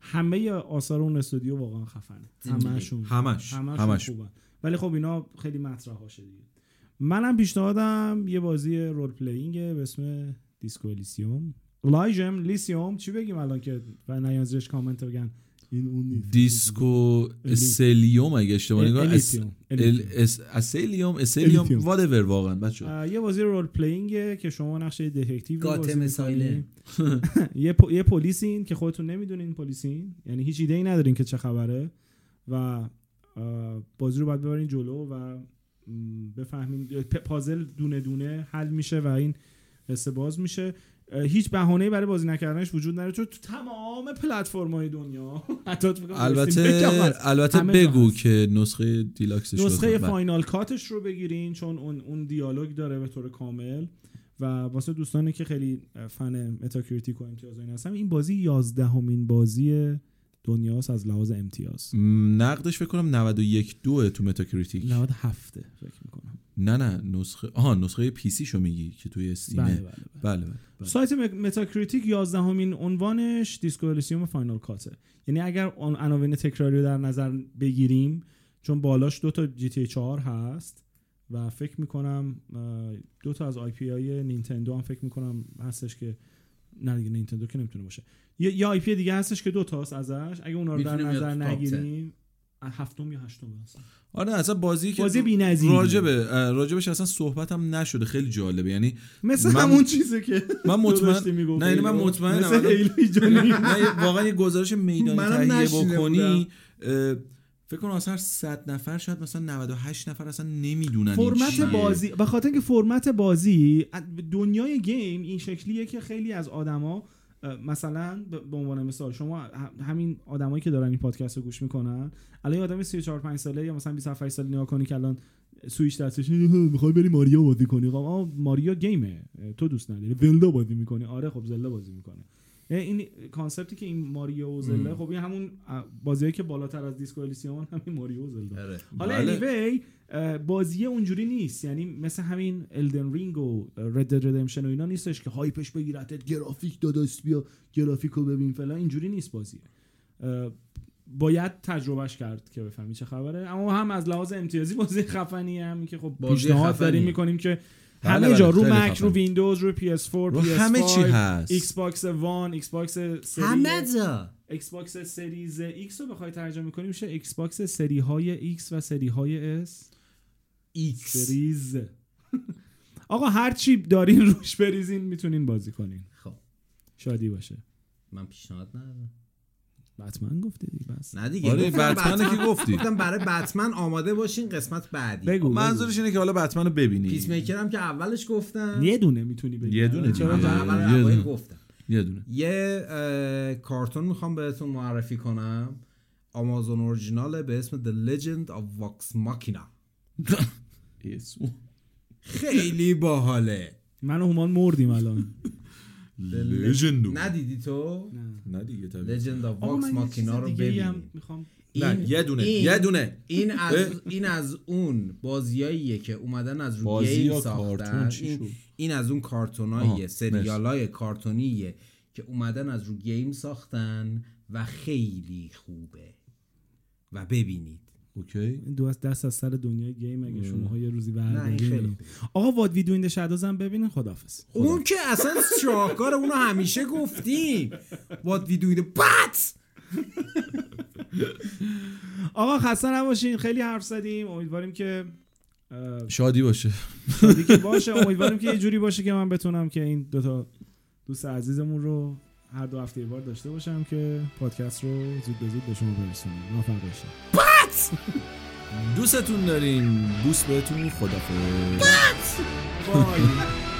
همه آثار اون استودیو واقعا خفنه همشون همش همشون همش خوبن. ولی خب اینا خیلی مطرح هاشه دیگه منم پیشنهادم یه بازی رول پلیینگ به اسم دیسکو الیسیوم لایجم لیسیوم چی بگیم الان که و نیان زیرش کامنت بگن این اون نیست دیسکو سلیوم اگه اشتباه نگم الیسیوم. الیسیوم. اسلیوم اسلیوم الیسیوم. وادور واقعا بچه اه، یه بازی رول پلیینگ که شما نقش یه دتکتیو رو گاتم بازی می‌کنی. سایلنت. یه پ- یه پلیسین که خودتون نمیدونین پلیسین یعنی هیچ ایده ای ندارین که چه خبره و اه، بازی رو باید ببرین جلو و م، بفهمین پ- پازل دونه دونه حل میشه و این قصه باز میشه اه، هیچ بهانه‌ای برای بازی نکردنش وجود نداره چون تو تمام پلتفرم‌های دنیا حتی فکر کنم استیم البته دک هم هست. البته همه جا بگو هست. که نسخه دیلاکسش نسخه لطفاً. فاینال کاتش رو بگیرین چون اون اون دیالوگ داره به طور کامل و واسه دوستانی که خیلی فن متاکریتیک و امتیاز و این هستن این بازی 11 همین بازی دنیاست از لحاظ امتیاز م، نقدش فکر کنم 91 دو تو متاکریتیک 97 فکر میکنم نه نه نسخه آها نسخه پی سی شو میگی که توی استیمه بله بله بله بله. بله, بله. سایت متاکریتیک 11 همین عنوانش دیسکو الیسیوم فاینال کاته یعنی اگر آن عناوین تکراری رو در نظر بگیریم چون بالاش دو تا جی تی 4 هست و فکر میکنم دو تا از آی پی های نینتندو هم فکر میکنم هستش که نه دیگه نینتندو که نمیتونه باشه یه, یه آی پی دیگه هستش که دو تاست ازش اگه اونا رو در می‌تونه نظر بیاد تو تاپ تن. نگیریم هفتم یا هشتم هست آره اصلا بازی که بازی بی‌نظیریه. راجبه اه، راجبش اصلا صحبتم نشده خیلی جالبه یعنی مثل من- همون چیزه که من تو مطمئن داشتی می‌گفتی. نه یعنی من مطمئنم. مثل هیلی جونی. نه یه- واقعا یه گزارش میدانی منم تهیه نشنیده بکنی اه، فکر کنم اصلا 100 نفر شاید مثلا 98 نفر اصلا نمیدونن فرمت بازی به خاطر اینکه فرمت بازی دنیای گیم این شکلیه که خیلی از آدما اه، مثلا ب- به عنوان مثال شما هم- همین آدمایی که دارن این پادکست رو گوش میکنن الان یه آدم 34 5 ساله یا مثلا 27 ساله نگاه کنی که الان سویچ دستش میخوای بری ماریا بازی کنی خب آقا ماریا گیمه تو دوست نداری زلدا بازی میکنی آره خب زلدا بازی میکنه این کانسپتی که این ماریا و زلدا خب این همون بازیایی که بالاتر از دیسکو الیسیوم همین ماریا و زلدا آره. حالا بله. anyway اه، بازیه اونجوری نیست یعنی مثل همین الدن رینگ و رد Dead ردمشن و اینا نیستش که هایپش بگیرتت گرافیک داداست بیا گرافیک رو ببین فلان اینجوری نیست بازی اه، باید تجربهش کرد که بفهمی چه خبره اما هم از لحاظ امتیازی بازی خفنیه هم که خب بازی پیشنهاد داریم خفنیه. میکنیم که بله، همه بله، جا رو خیلی مک خفن. رو ویندوز رو PS4 رو PS5 همه چی هست. ایکس باکس وان ایکس باکس سری همه جا ایکس باکس سریز X رو بخوای ترجمه کنی میشه ایکس باکس سری های X و سری های S ایکس سریز آقا هر چی دارین روش بریزین میتونین بازی کنین خب شادی باشه من پیشنهاد ندادم بتمن گفته دیگه بس نه دیگه آره گفتم بتمنه که گفتی گفتم برای بتمن آماده باشین قسمت بعدی بگو منظورش اینه که حالا بتمن رو پیس ببینی میکر هم که اولش بگو. گفتم یه دونه میتونی بگی یه دونه من چرا دیگه. نه؟ اول یه دونه. اوایل گفتم یه دونه یه اه، کارتون میخوام بهتون معرفی کنم آمازون اورجیناله به اسم The Legend of Vox Machina اسم. خیلی باحاله من و هومان مردیم الان لژندو ندیدی تو نه دیگه طبیعی. Legend of آقا من Vox یه چیز Machina رو دیگه‌ای هم ببین میخوام نه این- یه دونه این- یه دونه این از اه. این از اون بازیاییه که اومدن از رو بازی گیم یا ساختن کارتون چی این, شد؟ این از اون آها، کارتوناییه سریالای کارتونیه که اومدن از رو گیم ساختن و خیلی خوبه و ببینید اوکی دو از دست از سر دنیای گیم اگه شما یه روزی نه، این خیلی بردارین آقا واد ویدیو این شادوز هم ببینین خدافظ خب، اون که اصلا شاهکار اونو همیشه گفتیم What we do in the butt آقا خسته نباشین خیلی حرف زدیم امیدواریم که اه، شادی باشه شادی که باشه امیدواریم که یه جوری باشه که من بتونم که این دوتا دوست عزیزمون رو هر دو هفته یه بار داشته باشم که پادکست رو زود به زود به شما برسونیم موفق باشین دوستتون داریم بوس بهتون خدافظ بای